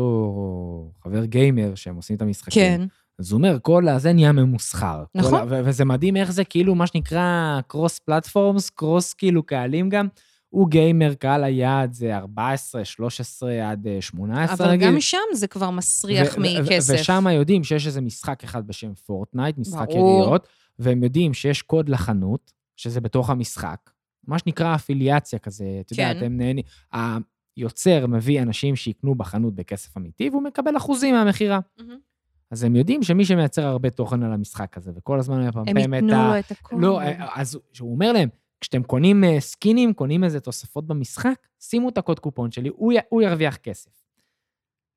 B: אותו חבר גיימר שהם עושים את המשחקים.
A: כן.
B: אז הוא אומר, כל הזה נהיה ממוסחר. כל
A: נכון.
B: ה- ו- וזה מדהים איך זה כאילו, מה שנקרא, קרוס פלטפורמס, קרוס כאילו קהלים גם. הוא גיימר, קהל היעד זה 14, 13 עד אה, 18,
A: אבל
B: נגיד.
A: גם שם זה כבר מסריח
B: ו- ו-
A: מכסף.
B: ושם יודעים שיש איזה משחק אחד בשם פורטנייט, משחק
A: ברור.
B: ידיעות, והם יודעים שיש קוד לחנות, שזה בתוך המשחק, מה שנקרא אפיליאציה כזה, את יודעת,
A: כן.
B: הם נהנים. היוצר מביא אנשים שיקנו בחנות בכסף אמיתי, והוא מקבל אחוזים מהמכירה.
A: מהמם.
B: אז הם יודעים שמי שמייצר הרבה תוכן על המשחק הזה, וכל הזמן היה
A: הם
B: פעם
A: ייתנו לו את הכול.
B: לא, אז הוא אומר להם, כשאתם קונים אה, סקינים, קונים איזה תוספות במשחק, שימו את הקוד קופון שלי, הוא, י- הוא ירוויח כסף.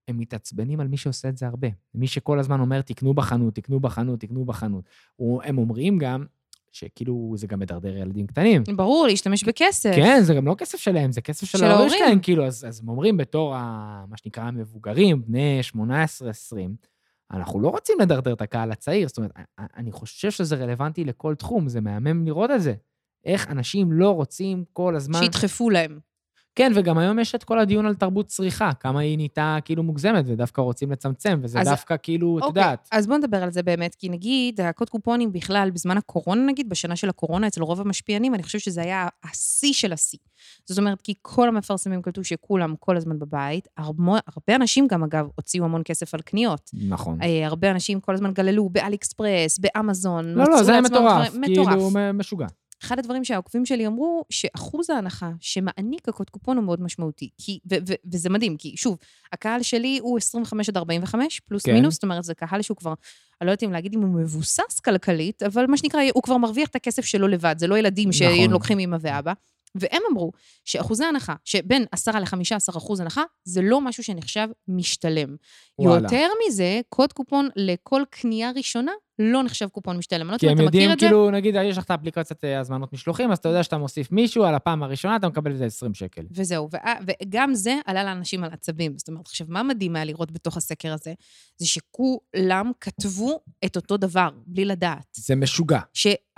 B: הם מתעצבנים על מי שעושה את זה הרבה. מי שכל הזמן אומר, תקנו בחנות, תקנו בחנות, תקנו בחנות. הוא, הם אומרים גם, שכאילו, זה גם מדרדר ילדים קטנים.
A: ברור, להשתמש בכסף.
B: אה- כן, זה גם לא כסף שלהם, זה כסף של,
A: של
B: ההורים
A: ההורים.
B: שלהם, כאילו, אז, אז הם אומרים בתור, ה, מה שנקרא, המבוגרים, בני 18-20, אנחנו לא רוצים לדרדר את הקהל הצעיר, זאת אומרת, א- א- אני חושב שזה רלוונטי לכל תחום, זה מהמם לראות את זה. איך אנשים לא רוצים כל הזמן...
A: שידחפו להם.
B: כן, וגם היום יש את כל הדיון על תרבות צריכה, כמה היא נהייתה כאילו מוגזמת, ודווקא רוצים לצמצם, וזה
A: אז-
B: אז... דווקא כאילו, את
A: אוקיי,
B: יודעת,
A: אז בואו נדבר על זה באמת, כי נגיד, הקוד קופונים בכלל, בזמן הקורונה נגיד, בשנה של הקורונה, אצל רוב המשפיענים, אני חושבת שזה היה השיא של השיא. זאת אומרת, כי כל המפרסמים קלטו שכולם כל הזמן בבית, הרבה, הרבה אנשים גם, אגב, הוציאו המון כסף על קניות.
B: נכון.
A: אה, הרבה אנשים כל הזמן גללו באלי אקספרס, באמזון,
B: לא, לא,
A: מצאו
B: זה היה
A: לעצמם
B: מטורף,
A: דברים-
B: כאילו, מ- משוגע.
A: אחד הדברים שהעוקבים שלי אמרו, שאחוז ההנחה שמעניק הקוד קופון הוא מאוד משמעותי. כי, ו, ו, וזה מדהים, כי שוב, הקהל שלי הוא 25 עד 45, פלוס כן.
B: כן.
A: מינוס, זאת אומרת, זה קהל שהוא כבר, אני לא יודעת אם להגיד אם הוא מבוסס כלכלית, אבל מה שנקרא, הוא כבר מרוויח את הכסף שלו לבד, זה לא ילדים
B: נכון.
A: שלוקחים אימא ואבא. והם אמרו שאחוזי הנחה, שבין 10 ל-15 אחוז הנחה, זה לא משהו שנחשב משתלם.
B: וואלה.
A: יותר מזה, קוד קופון לכל קנייה ראשונה לא נחשב קופון משתלם. אני לא
B: כי
A: יודעת אם
B: הם
A: אתה מכיר
B: יודעים,
A: את זה.
B: כאילו, נגיד, יש לך את האפליקציית אה, הזמנות משלוחים, אז אתה יודע שאתה מוסיף מישהו, על הפעם הראשונה אתה מקבל את זה 20 שקל.
A: וזהו, ו- וגם זה עלה לאנשים על עצבים. זאת אומרת, עכשיו, מה מדהים היה לראות בתוך הסקר הזה? זה שכולם כתבו את אותו דבר, בלי לדעת.
B: זה משוגע.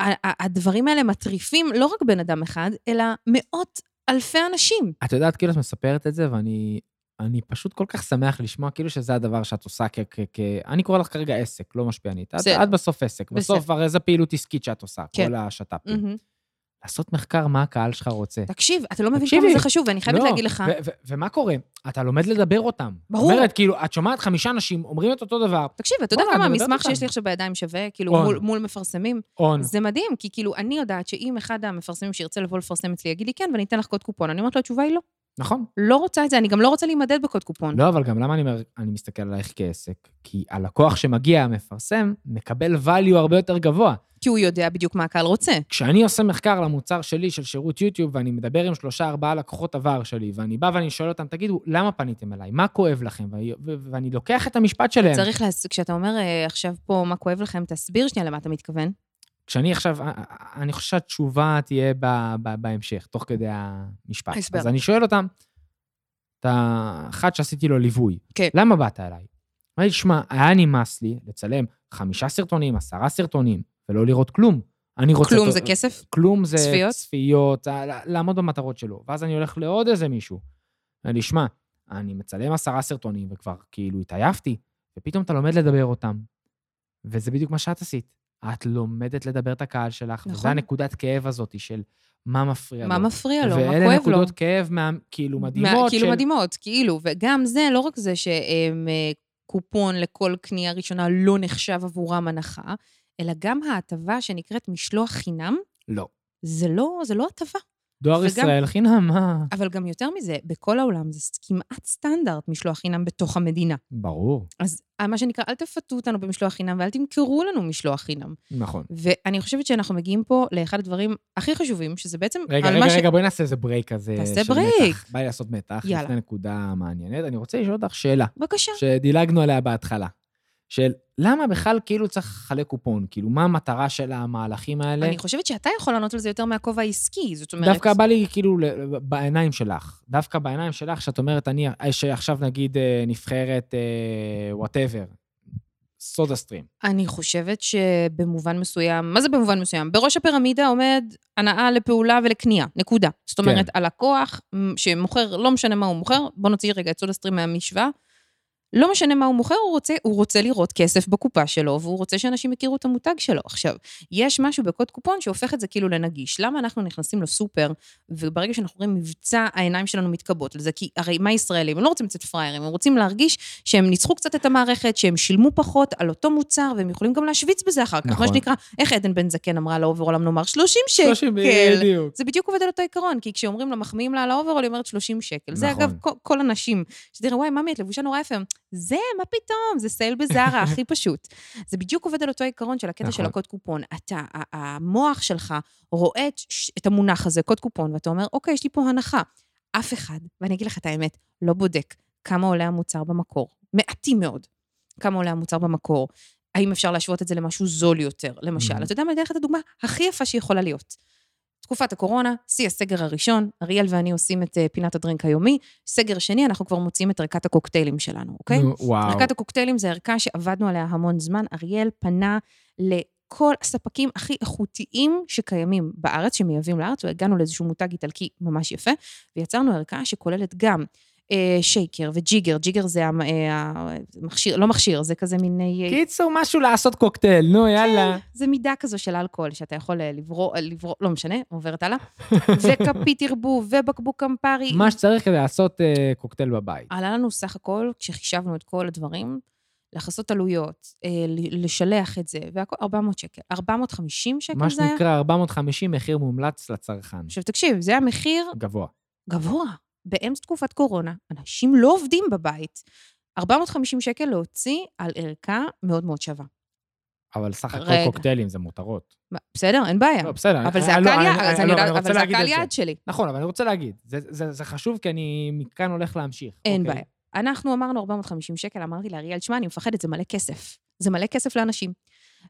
A: שהדברים האלה מטריפים לא רק בן אדם אחד, אלא מאות אלפי אנשים.
B: את יודעת, כאילו, את מספרת את זה, ואני אני פשוט כל כך שמח לשמוע, כאילו, שזה הדבר שאת עושה כ... כ, כ אני קורא לך כרגע עסק, לא משפיענית. את,
A: בסדר.
B: את בסוף עסק. בסוף,
A: בסדר.
B: הרי זו פעילות עסקית שאת עושה,
A: כן.
B: כל השת"פים. לעשות מחקר מה הקהל שלך רוצה.
A: תקשיב, אתה לא מבין
B: תקשיבי.
A: כמה זה חשוב, ואני חייבת
B: לא,
A: להגיד לך,
B: ו- ו- ומה קורה? אתה לומד לדבר אותם.
A: ברור.
B: אומרת, כאילו, את שומעת חמישה אנשים אומרים את אותו דבר,
A: תקשיב, אתה יודע
B: וואלה,
A: כמה
B: אני מדברת
A: המסמך שיש
B: איתם.
A: לי עכשיו בידיים שווה, כאילו,
B: וואלה.
A: מול- מול מפרסמים?
B: און.
A: זה מדהים, כי כאילו, אני יודעת שאם אחד המפרסמים שירצה לבוא לפרסם אצלי יגיד לי כן, ואני אתן לך קוד קופון, אני אומרת לו, התשובה היא לא.
B: נכון.
A: לא רוצה את זה, אני גם לא רוצה להימדד בקוד קופון.
B: לא, אבל גם למה אני, אומר- אני מסתכל עלייך כעסק? כי הלקוח שמגיע, המפרסם, מקבל value הרבה יותר גבוה.
A: כי הוא יודע בדיוק מה הקהל רוצה.
B: כשאני עושה מחקר למוצר שלי של שירות יוטיוב, ואני מדבר עם שלושה, ארבעה לקוחות עבר שלי, ואני בא ואני שואל אותם, תגידו, למה פניתם אליי? מה כואב לכם? ואני, ו- ואני לוקח את המשפט שלהם.
A: צריך להס... כשאתה אומר אה, עכשיו פה מה כואב לכם, תסביר שנייה למה אתה מתכוון.
B: כשאני עכשיו, אה, אני חושב שהתשובה תהיה ב, ב, בהמשך, תוך כדי המשפט.
A: הסבר.
B: אז אני שואל אותם, את האחד שעשיתי לו ליווי,
A: כן.
B: למה באת אליי? אמרתי, שמע, היה נמאס לי לצלם חמישה סרטונים, עשרה סרטונים, ולא לראות כלום. אני רוצה...
A: כלום
B: אותו-
A: זה כסף?
B: כלום זה
A: צפיות?
B: צפיות, ה- ל- לעמוד במטרות שלו. ואז אני הולך לעוד איזה מישהו. אני שמע, אני מצלם עשרה סרטונים וכבר כאילו התעייפתי, ופתאום אתה לומד לדבר אותם. וזה בדיוק מה שאת עשית. את לומדת לדבר את הקהל שלך, נכון. וזו
A: נכון.
B: הנקודת כאב הזאת של מה מפריע
A: מה
B: לו.
A: מפריע לו? מה
B: ואלה
A: כואב לו?
B: נקודות כאב מה, כאילו מדהימות
A: מה- כאילו
B: של...
A: מדהימות, כאילו. וגם זה, לא רק זה שקופון לכל קנייה ראשונה לא נחשב עבורם הנחה, אלא גם ההטבה שנקראת משלוח חינם,
B: לא.
A: זה לא, זה לא הטבה.
B: דואר
A: וגם-
B: ישראל חינם, מה?
A: אבל גם יותר מזה, בכל העולם זה ס- כמעט סטנדרט משלוח חינם בתוך המדינה.
B: ברור.
A: אז אה, מה שנקרא, אל תפתו אותנו במשלוח חינם ואל תמכרו לנו משלוח חינם.
B: נכון.
A: ואני חושבת שאנחנו מגיעים פה לאחד הדברים הכי חשובים, שזה בעצם
B: רגע,
A: על
B: רגע,
A: מה
B: רגע, בואי נעשה איזה ברייק כזה.
A: תעשה
B: של
A: ברייק.
B: מתח. בא לי לעשות מתח,
A: יאללה.
B: לפני נקודה מעניינת. אני רוצה לשאול אותך שאלה.
A: בבקשה.
B: שדילגנו עליה בהתחלה, של למה בכלל כאילו צריך לחלק קופון? כאילו, מה המטרה של המהלכים האלה?
A: אני חושבת שאתה יכול לענות על זה יותר מהכובע העסקי, זאת אומרת...
B: דווקא בא לי כאילו ל- בעיניים שלך, דווקא בעיניים שלך, שאת אומרת, אני, שעכשיו נגיד אה, נבחרת וואטאבר, סודה סטרים.
A: אני חושבת שבמובן מסוים, מה זה במובן מסוים? בראש הפירמידה עומד הנאה לפעולה ולקנייה, נקודה. זאת אומרת, כן. הלקוח מ, שמוכר, לא משנה מה הוא מוכר, בוא נוציא רגע את סודה סטרים מהמשוואה, לא משנה מה הוא מוכר, הוא רוצה, הוא רוצה לראות כסף בקופה שלו, והוא רוצה שאנשים יכירו את המותג שלו. עכשיו, יש משהו בקוד קופון שהופך את זה כאילו לנגיש. למה אנחנו נכנסים לסופר, וברגע שאנחנו רואים מבצע, העיניים שלנו מתקבעות על זה? כי הרי מה ישראלים? הם לא רוצים לצאת פראיירים, הם רוצים להרגיש שהם ניצחו קצת את המערכת, שהם שילמו פחות על אותו מוצר, והם יכולים גם להשוויץ בזה אחר כך.
B: נכון.
A: נכון. מה שנקרא, איך עדן בן זקן אמרה לאוברעולם נאמר? 30 שקל.
B: בדיוק.
A: זה בדיוק עובד על אותו עיקרון, כי כשאומרים לה, מחמיאים לה על האוברול, היא אומרת 30 שקל. זה
B: נכון.
A: אגב כל, כל הנשים, שתראה, וואי, ממי, את לבושה נורא יפה. זה, מה פתאום? זה סייל בזארה, הכי פשוט. זה בדיוק עובד על אותו עיקרון של הקטע של
B: נכון.
A: הקוד קופון. אתה, ה- המוח שלך רואה את, ש- את המונח הזה, קוד קופון, ואתה אומר, אוקיי, יש לי פה הנחה. אף אחד, ואני אגיד לך את האמת, לא בודק כמה עולה המוצר במקור. מעטים מאוד. כמה עולה המוצר במקור. האם אפשר להשוות את זה למשהו זול יותר, למשל.
B: Mhm.
A: אתה יודע מה, אני אתן לך את הדוגמה הכי יפה שיכולה להיות. תקופת הקורונה, שיא הסגר הראשון, אריאל ואני עושים את אה, פינת הדרינק היומי, סגר שני, אנחנו כבר מוציאים את ערכת הקוקטיילים שלנו, אוקיי?
B: נו, וואו.
A: ערכת הקוקטיילים זה ערכה שעבדנו עליה המון זמן. אריאל פנה לכל הספקים הכי איכותיים שקיימים בארץ, שמייבאים לארץ, והגענו לאיזשהו מותג איטלקי ממש יפה, ויצרנו ערכה שכוללת גם אה, שייקר וג'יגר, ג'יגר זה המ- אה, המכשיר, לא מכשיר, זה כזה מין... אה,
B: קיצור, משהו לעשות קוקטייל,
A: כן,
B: נו, יאללה.
A: זה מידה כזו של אלכוהול, שאתה יכול אה, לברוא, אה, לברוא, לא משנה, עוברת הלאה. וכפית ערבוב, ובקבוק קמפרי.
B: מה שצריך כדי לעשות אה, קוקטייל בבית.
A: עלה לנו סך הכל, כשחישבנו את כל הדברים, לכסות עלויות, אה, ל- לשלח את זה, והכל 400 שקל. 450 שקל
B: מה
A: כן, זה היה?
B: שנקרא 450 מחיר מומלץ לצרכן.
A: עכשיו תקשיב, זה היה מחיר
B: גבוה.
A: גבוה. באמצע תקופת קורונה, אנשים לא עובדים בבית. 450 שקל להוציא על ערכה מאוד מאוד שווה.
B: אבל סך הכל
A: רגע.
B: קוקטיילים זה מותרות.
A: מה, בסדר, אין בעיה.
B: לא, בסדר.
A: כן. אבל זה
B: אה,
A: הקהל
B: לא,
A: יעד, אז אני
B: לא,
A: יודעת-
B: רוצה
A: אבל זה
B: להגיד
A: הקהל
B: את זה.
A: יעד שלי.
B: נכון, אבל אני רוצה להגיד, זה, זה, זה חשוב כי אני מכאן הולך להמשיך.
A: אין
B: אוקיי?
A: בעיה. אנחנו אמרנו 450 שקל, אמרתי לאריאל, שמע, אני מפחדת, זה מלא כסף. זה מלא כסף לאנשים.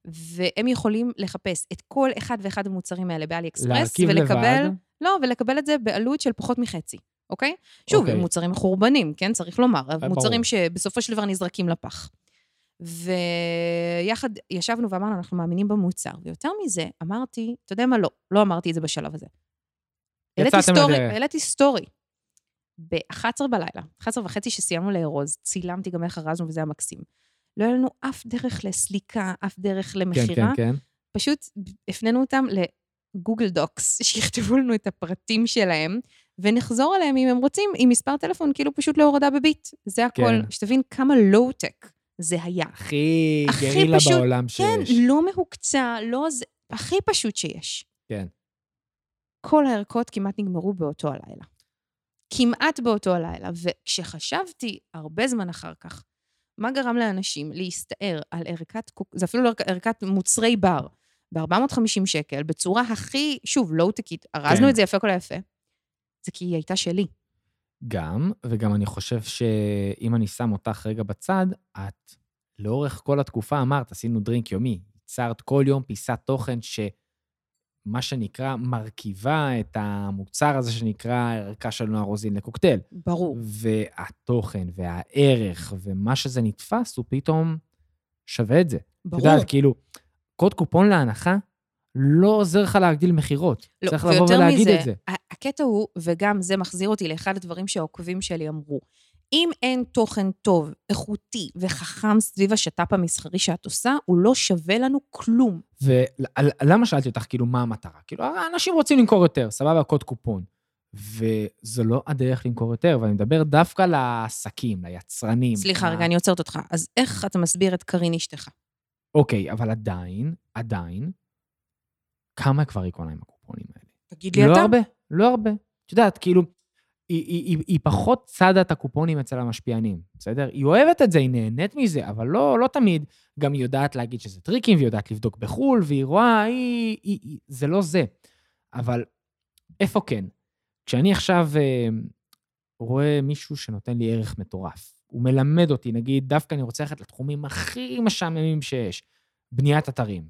A: והם יכולים לחפש את כל אחד ואחד המוצרים האלה באלי אקספרס,
B: להרכיב
A: ולקבל...
B: לבד,
A: לא, ולקבל את זה בעלות של פחות מחצי, אוקיי? שוב,
B: אוקיי. אה,
A: הם מוצרים מחורבנים, כן? צריך לומר.
B: ברור.
A: מוצרים שבסופו של דבר נזרקים לפח. ויחד ישבנו ואמרנו, אנחנו מאמינים במוצר. ויותר מזה, אמרתי, אתה יודע מה? לא, לא אמרתי את זה בשלב הזה. העליתי
B: יצאתם
A: סטורי,
B: לדרך.
A: העליתי סטורי. ב-11 בלילה, 11 וחצי שסיימנו לארוז, צילמתי גם איך ארזנו וזה היה מקסים. לא היה לנו אף דרך לסליקה, אף דרך למכירה.
B: כן, כן, כן.
A: פשוט הפנינו אותם לגוגל דוקס, שיכתבו לנו את הפרטים שלהם, ונחזור אליהם אם הם רוצים, עם מספר טלפון, כאילו פשוט להורדה בביט. זה הכל.
B: כן.
A: כן. שתבין כמה לואו-טק זה היה.
B: הכי
A: הכי
B: גרילה
A: פשוט,
B: בעולם שיש.
A: כן, לא מהוקצע, לא זה... הכי פשוט שיש.
B: כן.
A: כל הערכות כמעט נגמרו באותו הלילה. כמעט באותו הלילה. וכשחשבתי, הרבה זמן אחר כך, מה גרם לאנשים להסתער על ערכת, קוק- זה אפילו לא ערכ- ערכת מוצרי בר, ב-450 שקל, בצורה הכי, שוב, לואו-טקית, ארזנו
B: כן.
A: את זה יפה כל היפה, זה כי היא הייתה שלי.
B: גם, וגם אני חושב שאם אני שם אותך רגע בצד, את לאורך כל התקופה אמרת, עשינו דרינק יומי, ייצרת כל יום פיסת תוכן ש... מה שנקרא, מרכיבה את המוצר הזה שנקרא ערכה של נוער רוזין לקוקטייל.
A: ברור.
B: והתוכן והערך ומה שזה נתפס, הוא פתאום שווה את זה. את
A: ברור.
B: יודעת, כאילו, קוד קופון להנחה לא עוזר לך להגדיל מכירות.
A: לא,
B: צריך לבוא
A: ויותר
B: ולהגיד
A: מזה,
B: את זה.
A: ה- הקטע הוא, וגם זה מחזיר אותי לאחד הדברים שהעוקבים שלי אמרו, אם אין תוכן טוב, איכותי וחכם סביב השת"פ המסחרי שאת עושה, הוא לא שווה לנו כלום.
B: ולמה שאלתי אותך, כאילו, מה המטרה? כאילו, אנשים רוצים למכור יותר, סבבה, קוד קופון. וזו לא הדרך למכור יותר, ואני מדבר דווקא לעסקים, ליצרנים.
A: סליחה,
B: ל-
A: רגע, אני עוצרת אותך. אז איך אתה מסביר את קרין אשתך?
B: אוקיי, אבל עדיין, עדיין, כמה כבר היא קונה עם הקופונים האלה?
A: תגיד לי אתה.
B: לא הרבה, לא הרבה. את יודעת, כאילו, היא, היא, היא, היא פחות צדה את הקופונים אצל המשפיענים, בסדר? היא אוהבת את זה, היא נהנית מזה, אבל לא, לא תמיד. גם היא יודעת להגיד שזה טריקים, והיא יודעת לבדוק בחו"ל, והיא רואה, היא, היא, היא... זה לא זה. אבל איפה כן? כשאני עכשיו אה, רואה מישהו שנותן לי ערך מטורף, הוא מלמד אותי, נגיד, דווקא אני רוצה ללכת לתחומים הכי משעממים שיש, בניית אתרים.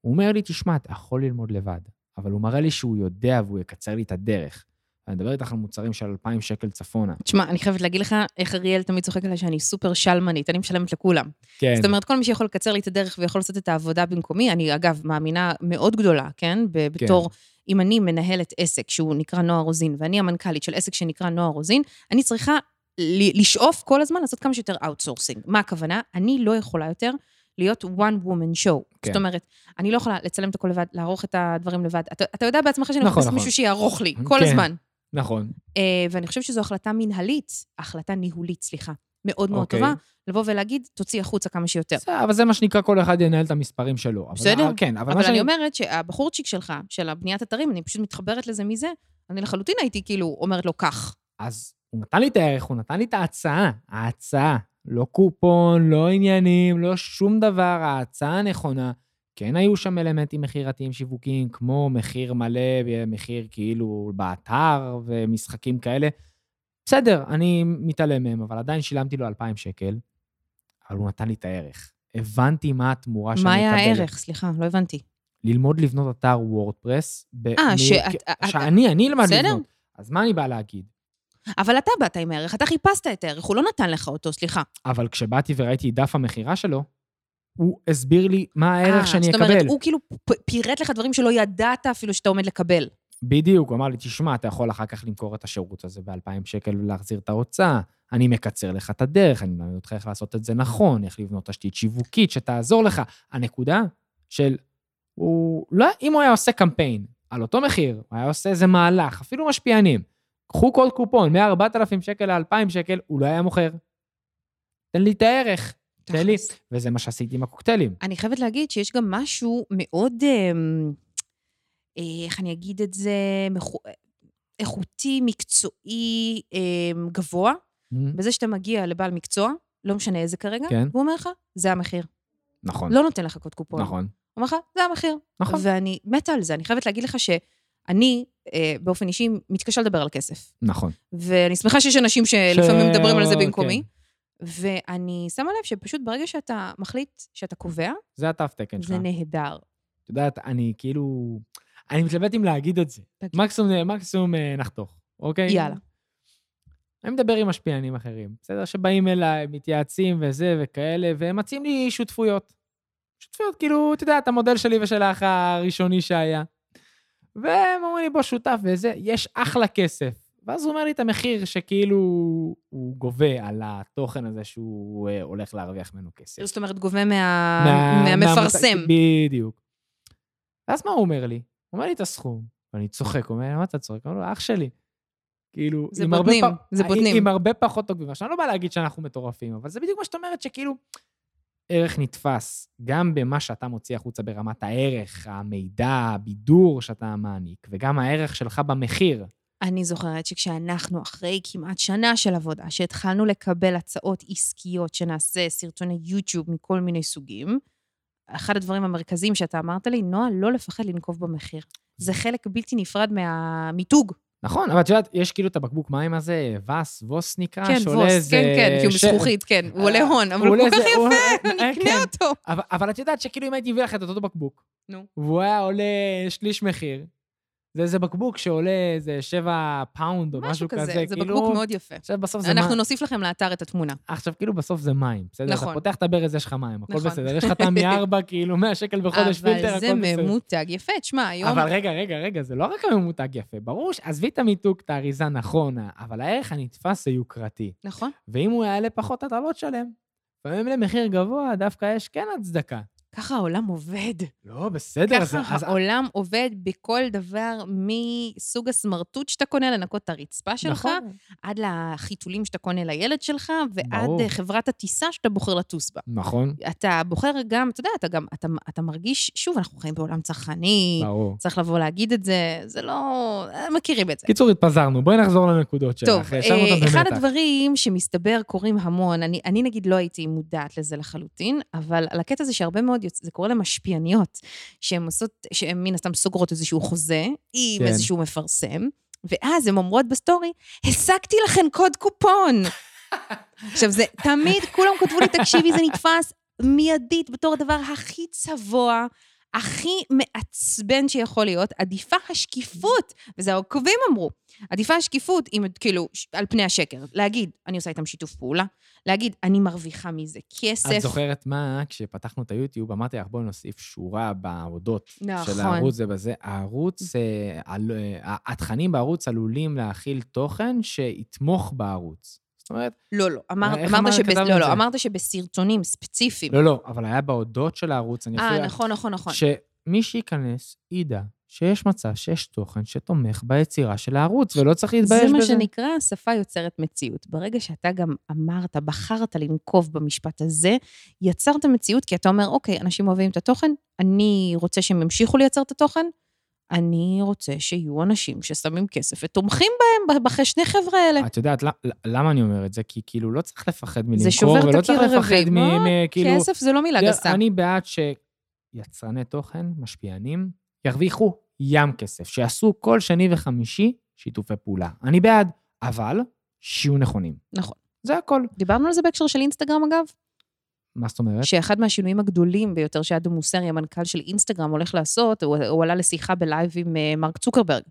B: הוא אומר לי, תשמע, אתה יכול ללמוד לבד, אבל הוא מראה לי שהוא יודע והוא יקצר לי את הדרך. אני מדבר איתך על מוצרים של 2,000 שקל צפונה.
A: תשמע, אני חייבת להגיד לך איך אריאל תמיד צוחק עליי שאני סופר שלמנית, אני משלמת לכולם.
B: כן.
A: זאת אומרת, כל מי שיכול לקצר לי את הדרך ויכול לעשות את העבודה במקומי, אני אגב מאמינה מאוד גדולה, כן? ב- בתור, אם אני מנהלת עסק שהוא נקרא נוער רוזין, ואני המנכ"לית של עסק שנקרא נוער רוזין, אני צריכה ל- לשאוף כל הזמן לעשות כמה שיותר אאוטסורסינג. מה הכוונה? אני לא יכולה יותר להיות one woman show.
B: כן.
A: זאת אומרת, אני לא יכולה לצלם את הכל לבד, לערוך את הדברים לבד. אתה, אתה יודע בעצמך שאני
B: נכון,
A: מחפשת
B: נכון.
A: מישהו שיערוך לי, כל
B: כן.
A: הזמן.
B: נכון.
A: אה, ואני חושבת שזו החלטה מנהלית, החלטה ניהולית, סליחה, מאוד מאוד
B: אוקיי.
A: טובה, לבוא ולהגיד, תוציא החוצה כמה שיותר.
B: בסדר, אבל זה מה שנקרא, כל אחד ינהל את המספרים שלו. אבל-
A: בסדר.
B: כן, אבל מה
A: אבל
B: שאני...
A: אני אומרת שהבחורצ'יק שלך, של הבניית אתרים, אני פשוט מתחברת לזה מזה, אני לחלוטין הייתי כאילו אומרת לו, קח.
B: אז הוא נתן לי את הערך, הוא נתן לי את ההצעה. ההצעה. לא קופון, לא עניינים, לא שום דבר, ההצעה הנכונה. כן היו שם אלמנטים מכירתיים שיווקיים, כמו מחיר מלא, מחיר כאילו באתר ומשחקים כאלה. בסדר, אני מתעלם מהם, אבל עדיין שילמתי לו 2,000 שקל, אבל הוא נתן לי את הערך. הבנתי מה התמורה שאני
A: מה
B: מקבלת.
A: היה הערך? סליחה, לא הבנתי.
B: ללמוד לבנות אתר וורדפרס. ב-
A: אה,
B: מ-
A: שאת-
B: כ-
A: את- את-
B: שאני, אני אלמד
A: בסדר.
B: לבנות. אז מה אני בא להגיד?
A: אבל אתה באת עם הערך, אתה חיפשת את הערך, הוא לא נתן לך אותו, סליחה.
B: אבל כשבאתי וראיתי את דף המכירה שלו, הוא הסביר לי מה
A: אה,
B: הערך שאני
A: זאת אומרת,
B: אקבל.
A: הוא כאילו פ- פירט לך דברים שלא ידעת אפילו שאתה עומד לקבל.
B: בדיוק, הוא אמר לי, תשמע, אתה יכול אחר כך למכור את השירות הזה ב-2,000 שקל ולהחזיר את ההוצאה. אני מקצר לך את הדרך, אני מלמד אותך איך לעשות את זה נכון, איך לבנות תשתית שיווקית שתעזור לך. הנקודה של, הוא, לא, אם הוא היה עושה קמפיין על אותו מחיר, הוא היה עושה איזה מהלך, אפילו משפיענים, קחו כל קופון, מ-4,000 שקל ל-2,000 שקל, הוא לא היה מוכר. תן לי את הערך, תן לי.
A: תכלס.
B: וזה מה שעשיתי עם הקוקטיילים.
A: אני חייבת להגיד שיש גם משהו מאוד, אמ, אה, איך אני אגיד את זה, מכו- איכותי, מקצועי, אמ, גבוה, בזה שאתה מגיע לבעל מקצוע, לא משנה איזה כרגע,
B: כן.
A: והוא אומר לך, זה המחיר.
B: נכון,
A: לא נותן לך קוד קופון.
B: נכון,
A: הוא אומר לך, זה המחיר.
B: נכון,
A: ואני מתה על זה. אני חייבת להגיד לך שאני, אה, באופן אישי, מתקשה לדבר על כסף.
B: נכון.
A: ואני שמחה שיש אנשים שלפעמים
B: ש-
A: מדברים על זה
B: כן.
A: במקומי. ואני שמה לב שפשוט ברגע שאתה מחליט, שאתה קובע,
B: זה התו תקן שלך.
A: זה נהדר.
B: את יודעת, אני כאילו... אני מתלבט אם להגיד את זה.
A: תגיד.
B: מקסימום, מקסימום אה, נחתוך, אוקיי?
A: יאללה.
B: אני מדבר עם משפיענים אחרים, בסדר? שבאים אליי, מתייעצים וזה וכאלה, והם מציעים לי שותפויות. שותפויות, כאילו, אתה יודע, את המודל שלי ושל האח הראשוני שהיה. והם אומרים לי, בוא שותף וזה, יש אחלה כסף. ואז הוא אומר לי את המחיר שכאילו הוא גובה על התוכן הזה שהוא אה, הולך להרוויח ממנו כסף.
A: זאת אומרת, גובה מה-
B: מה-
A: מהמפרסם.
B: מהמות- בדיוק. ואז מה הוא אומר לי? הוא אומר לי את הסכום, ואני צוחק, הוא אומר לי, מה אתה צוחק? הוא אומר לו, אח שלי. כאילו,
A: זה
B: עם הרבה
A: בוטנים,
B: פח-
A: זה
B: עם-
A: בוטנים.
B: עם הרבה פחות עוקבים. עכשיו, אני לא בא להגיד שאנחנו מטורפים, אבל זה בדיוק מה שאת אומרת, שכאילו, ערך נתפס גם במה שאתה מוציא החוצה ברמת הערך, המידע, הבידור שאתה מעניק, וגם הערך שלך במחיר.
A: אני זוכרת שכשאנחנו, אחרי כמעט שנה של עבודה, שהתחלנו לקבל הצעות עסקיות שנעשה סרטוני יוטיוב מכל מיני סוגים, אחד הדברים המרכזיים שאתה אמרת לי, נועה, לא לפחד לנקוב במחיר. זה חלק בלתי נפרד מהמיתוג.
B: נכון, אבל את יודעת, יש כאילו את הבקבוק מים הזה, וס, ווס נקרא,
A: כן,
B: שעולה
A: ווס,
B: איזה
A: כן, כן, כי הוא
B: אה, ש-
A: מזכוכית, כן. הוא עולה הון, אבל הוא
B: עולה
A: כל כך
B: איזה- הוא-
A: יפה,
B: אה,
A: אני
B: כן.
A: אקנה אותו.
B: אבל, אבל את יודעת שכאילו אם הייתי מביא לך את אותו בקבוק,
A: נו.
B: והוא היה עולה שליש מחיר, זה איזה בקבוק שעולה איזה שבע פאונד או משהו,
A: משהו כזה, זה
B: כאילו,
A: בקבוק מאוד יפה.
B: עכשיו בסוף זה
A: אנחנו
B: מים.
A: נוסיף לכם לאתר את התמונה.
B: עכשיו כאילו בסוף זה מים, בסדר?
A: נכון.
B: אתה פותח את הברז, יש לך מים, הכל
A: נכון.
B: בסדר. יש לך טעם מארבע, כאילו 100 שקל בחודש פילטר,
A: אבל
B: הכל
A: זה
B: בסדר.
A: ממותג יפה. תשמע, היום...
B: אבל רגע, רגע, רגע, זה לא רק הממותג יפה. ברור שעזבי את המיתוג, את האריזה, נכון, אבל הערך הנתפס זה יוקרתי.
A: נכון.
B: ואם הוא יעלה פחות, אתה לא תשלם. לפעמים למחיר גבוה, דווקא יש כן הצדקה.
A: ככה העולם עובד.
B: לא, בסדר, אז...
A: ככה
B: אז-
A: העולם עובד בכל דבר, מסוג הסמרטוט שאתה קונה, לנקות את הרצפה שלך,
B: נכון.
A: עד לחיתולים שאתה קונה לילד שלך, ועד
B: ברור.
A: אה, חברת הטיסה שאתה בוחר לטוס בה.
B: נכון,
A: אתה בוחר גם, אתה יודע, אתה גם, אתה, אתה מרגיש, שוב, אנחנו חיים בעולם צרכני,
B: ברור.
A: צריך לבוא להגיד את זה, זה לא... אה, מכירים את זה.
B: קיצור, התפזרנו, בואי נחזור לנקודות שלך.
A: טוב,
B: האשמנו אותם
A: אה, אחד
B: במתח.
A: הדברים שמסתבר קורים המון, אני, אני נגיד לא הייתי מודעת לזה לחלוטין, אבל על הקטע הזה שהרבה מאוד, יוצ... זה קורה למשפיעניות, שהן עושות, שהן מן הסתם סוגרות איזשהו חוזה, עם
B: כן.
A: איזשהו מפרסם, ואז הן אומרות בסטורי, השגתי לכן קוד קופון. עכשיו, זה תמיד, כולם כתבו לי, תקשיבי, זה נתפס מיידית בתור הדבר הכי צבוע. הכי מעצבן שיכול להיות, עדיפה השקיפות, וזה העוקבים אמרו, עדיפה השקיפות, אם, כאילו, ש- על פני השקר. להגיד, אני עושה איתם שיתוף פעולה, להגיד, אני מרוויחה מזה כסף.
B: את זוכרת מה, כשפתחנו את היוטיוב, אמרתי לך, בואי נוסיף שורה בהודות
A: נכון.
B: של הערוץ זה בזה. הערוץ, אה, על- אה, התכנים בערוץ עלולים להכיל תוכן שיתמוך בערוץ. זאת אומרת,
A: לא, לא, אמר,
B: איך
A: אמרת,
B: אמר-
A: שבס...
B: כתבנו
A: לא,
B: את
A: לא,
B: זה?
A: אמרת שבסרטונים ספציפיים.
B: לא, לא, אבל היה בהודות של הערוץ, אני
A: אה,
B: אפילו-
A: נכון, נכון, נכון.
B: שמי שייכנס ידע שיש מצב שיש תוכן שתומך ביצירה של הערוץ, ולא צריך להתבייש
A: זה
B: בזה.
A: מה שנקרא, השפה יוצרת מציאות. ברגע שאתה גם אמרת, בחרת לנקוב במשפט הזה, יצרת מציאות, כי אתה אומר, אוקיי, אנשים אוהבים את התוכן, אני רוצה שהם ימשיכו לייצר את התוכן, אני רוצה שיהיו אנשים ששמים כסף ותומכים בהם, בחשני חבר'ה האלה.
B: את יודעת למ- למה אני אומר את זה? כי כאילו לא צריך לפחד מלמכור,
A: שובר את
B: ולא צריך
A: הקיר
B: לפחד
A: הרביעי,
B: מ...
A: מה?
B: מ- כאילו...
A: כסף זה לא מילה
B: תראה,
A: גסה.
B: אני בעד שיצרני תוכן, משפיענים, ירוויחו ים כסף, שיעשו כל שני וחמישי שיתופי פעולה. אני בעד, אבל שיהיו נכונים.
A: נכון.
B: זה הכל.
A: דיברנו על זה בהקשר של אינסטגרם, אגב,
B: מה זאת אומרת?
A: שאחד מהשינויים הגדולים ביותר שאדם מוסרי, המנכ"ל של אינסטגרם, הולך לעשות, הוא, הוא עלה לשיחה בלייב עם אה, מרק צוקרברג.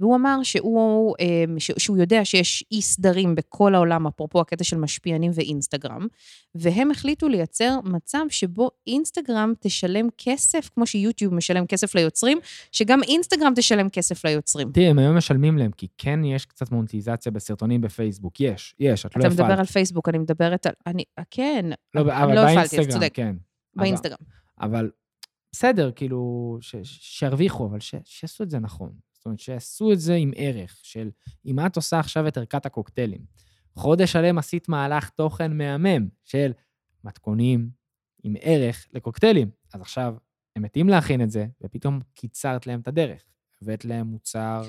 A: והוא אמר שהוא, אה, ש, שהוא יודע שיש אי סדרים בכל העולם, אפרופו הקטע של משפיענים ואינסטגרם, והם החליטו לייצר מצב שבו אינסטגרם תשלם כסף, כמו שיוטיוב משלם כסף ליוצרים, שגם אינסטגרם תשלם כסף ליוצרים.
B: תראי, הם היום משלמים להם, כי כן יש קצת מונטיזציה בסרטונים בפייסבוק. יש, יש, את לא
A: אתה
B: הפעלת.
A: מדבר על פייסבוק, אני מדברת על... אני... כן,
B: לא, אבל
A: לא הפעלתי, אז
B: באינסטגרם,
A: צודק.
B: כן. אבל-
A: באינסטגרם.
B: אבל בסדר, כאילו, ש- ש- שירוויחו, אבל ש- שיעשו את זה נכון. זאת אומרת, שיעשו את זה עם ערך של אם את עושה עכשיו את ערכת הקוקטיילים, חודש שלם עשית מהלך תוכן מהמם של מתכונים עם ערך לקוקטיילים, אז עכשיו הם מתים להכין את זה, ופתאום קיצרת להם את הדרך. הבאת להם מוצר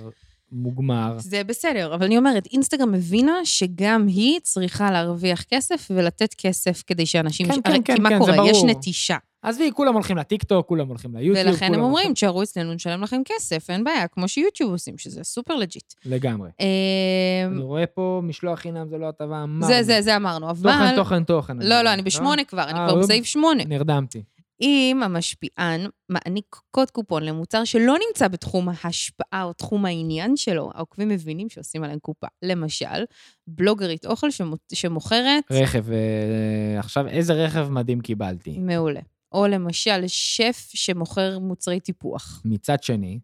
B: מוגמר.
A: זה בסדר, אבל אני אומרת, אינסטגרם הבינה שגם היא צריכה להרוויח כסף ולתת כסף כדי שאנשים...
B: כן,
A: הרי
B: כן, כן,
A: כי מה
B: כן, זה
A: קורה? יש
B: ברור.
A: נטישה.
B: עזבי, כולם הולכים לטיקטוק, כולם הולכים ליוטיוב, כולם...
A: ולכן הם
B: הולכים-
A: אומרים, תשארו אצלנו, נשלם לכם כסף, אין בעיה, כמו שיוטיוב עושים, שזה סופר לג'יט.
B: לגמרי.
A: אמ,
B: אני רואה פה, משלוח חינם זה לא הטבה, אמרנו.
A: זה, זה, זה אמרנו,
B: תוכן,
A: אבל...
B: תוכן, תוכן.
A: לא, לא, אני בשמונה כבר, אני
B: אה,
A: כבר
B: הוא-
A: בסעיף שמונה.
B: נרדמתי.
A: אם המשפיען מעניק קוד קופון למוצר שלא נמצא בתחום ההשפעה או תחום העניין שלו, העוקבים מבינים שעושים עליהם קופה. למשל, בלוגרית אוכל שמו- שמוכרת...
B: רכב, אה, עכשיו, איזה רכב מדהים קיבלתי.
A: מעולה. או למשל, שף שמוכר מוצרי טיפוח.
B: מצד שני,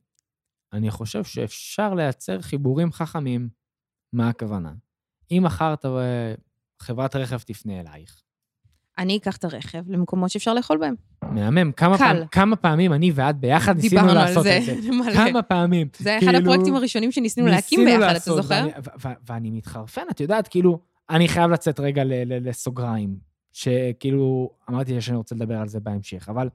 B: אני חושב שאפשר לייצר חיבורים חכמים. מה הכוונה? אם מחרת אה, חברת רכב תפנה אלייך,
A: אני אקח את הרכב למקומות שאפשר לאכול בהם.
B: מהמם, כמה,
A: קל.
B: פעם, כמה פעמים אני ואת ביחד ניסינו
A: דיברנו על
B: לעשות
A: זה.
B: את זה.
A: מלא.
B: כמה פעמים.
A: זה היה אחד
B: כאילו,
A: הפרויקטים הראשונים שניסינו להקים
B: ניסינו
A: ביחד, אתה
B: לעשות,
A: זוכר?
B: ואני, ו- ו- ואני מתחרפן, את יודעת, כאילו, אני חייב לצאת רגע ל- ל- לסוגריים, שכאילו, אמרתי לה שאני רוצה לדבר על זה בהמשך, אבל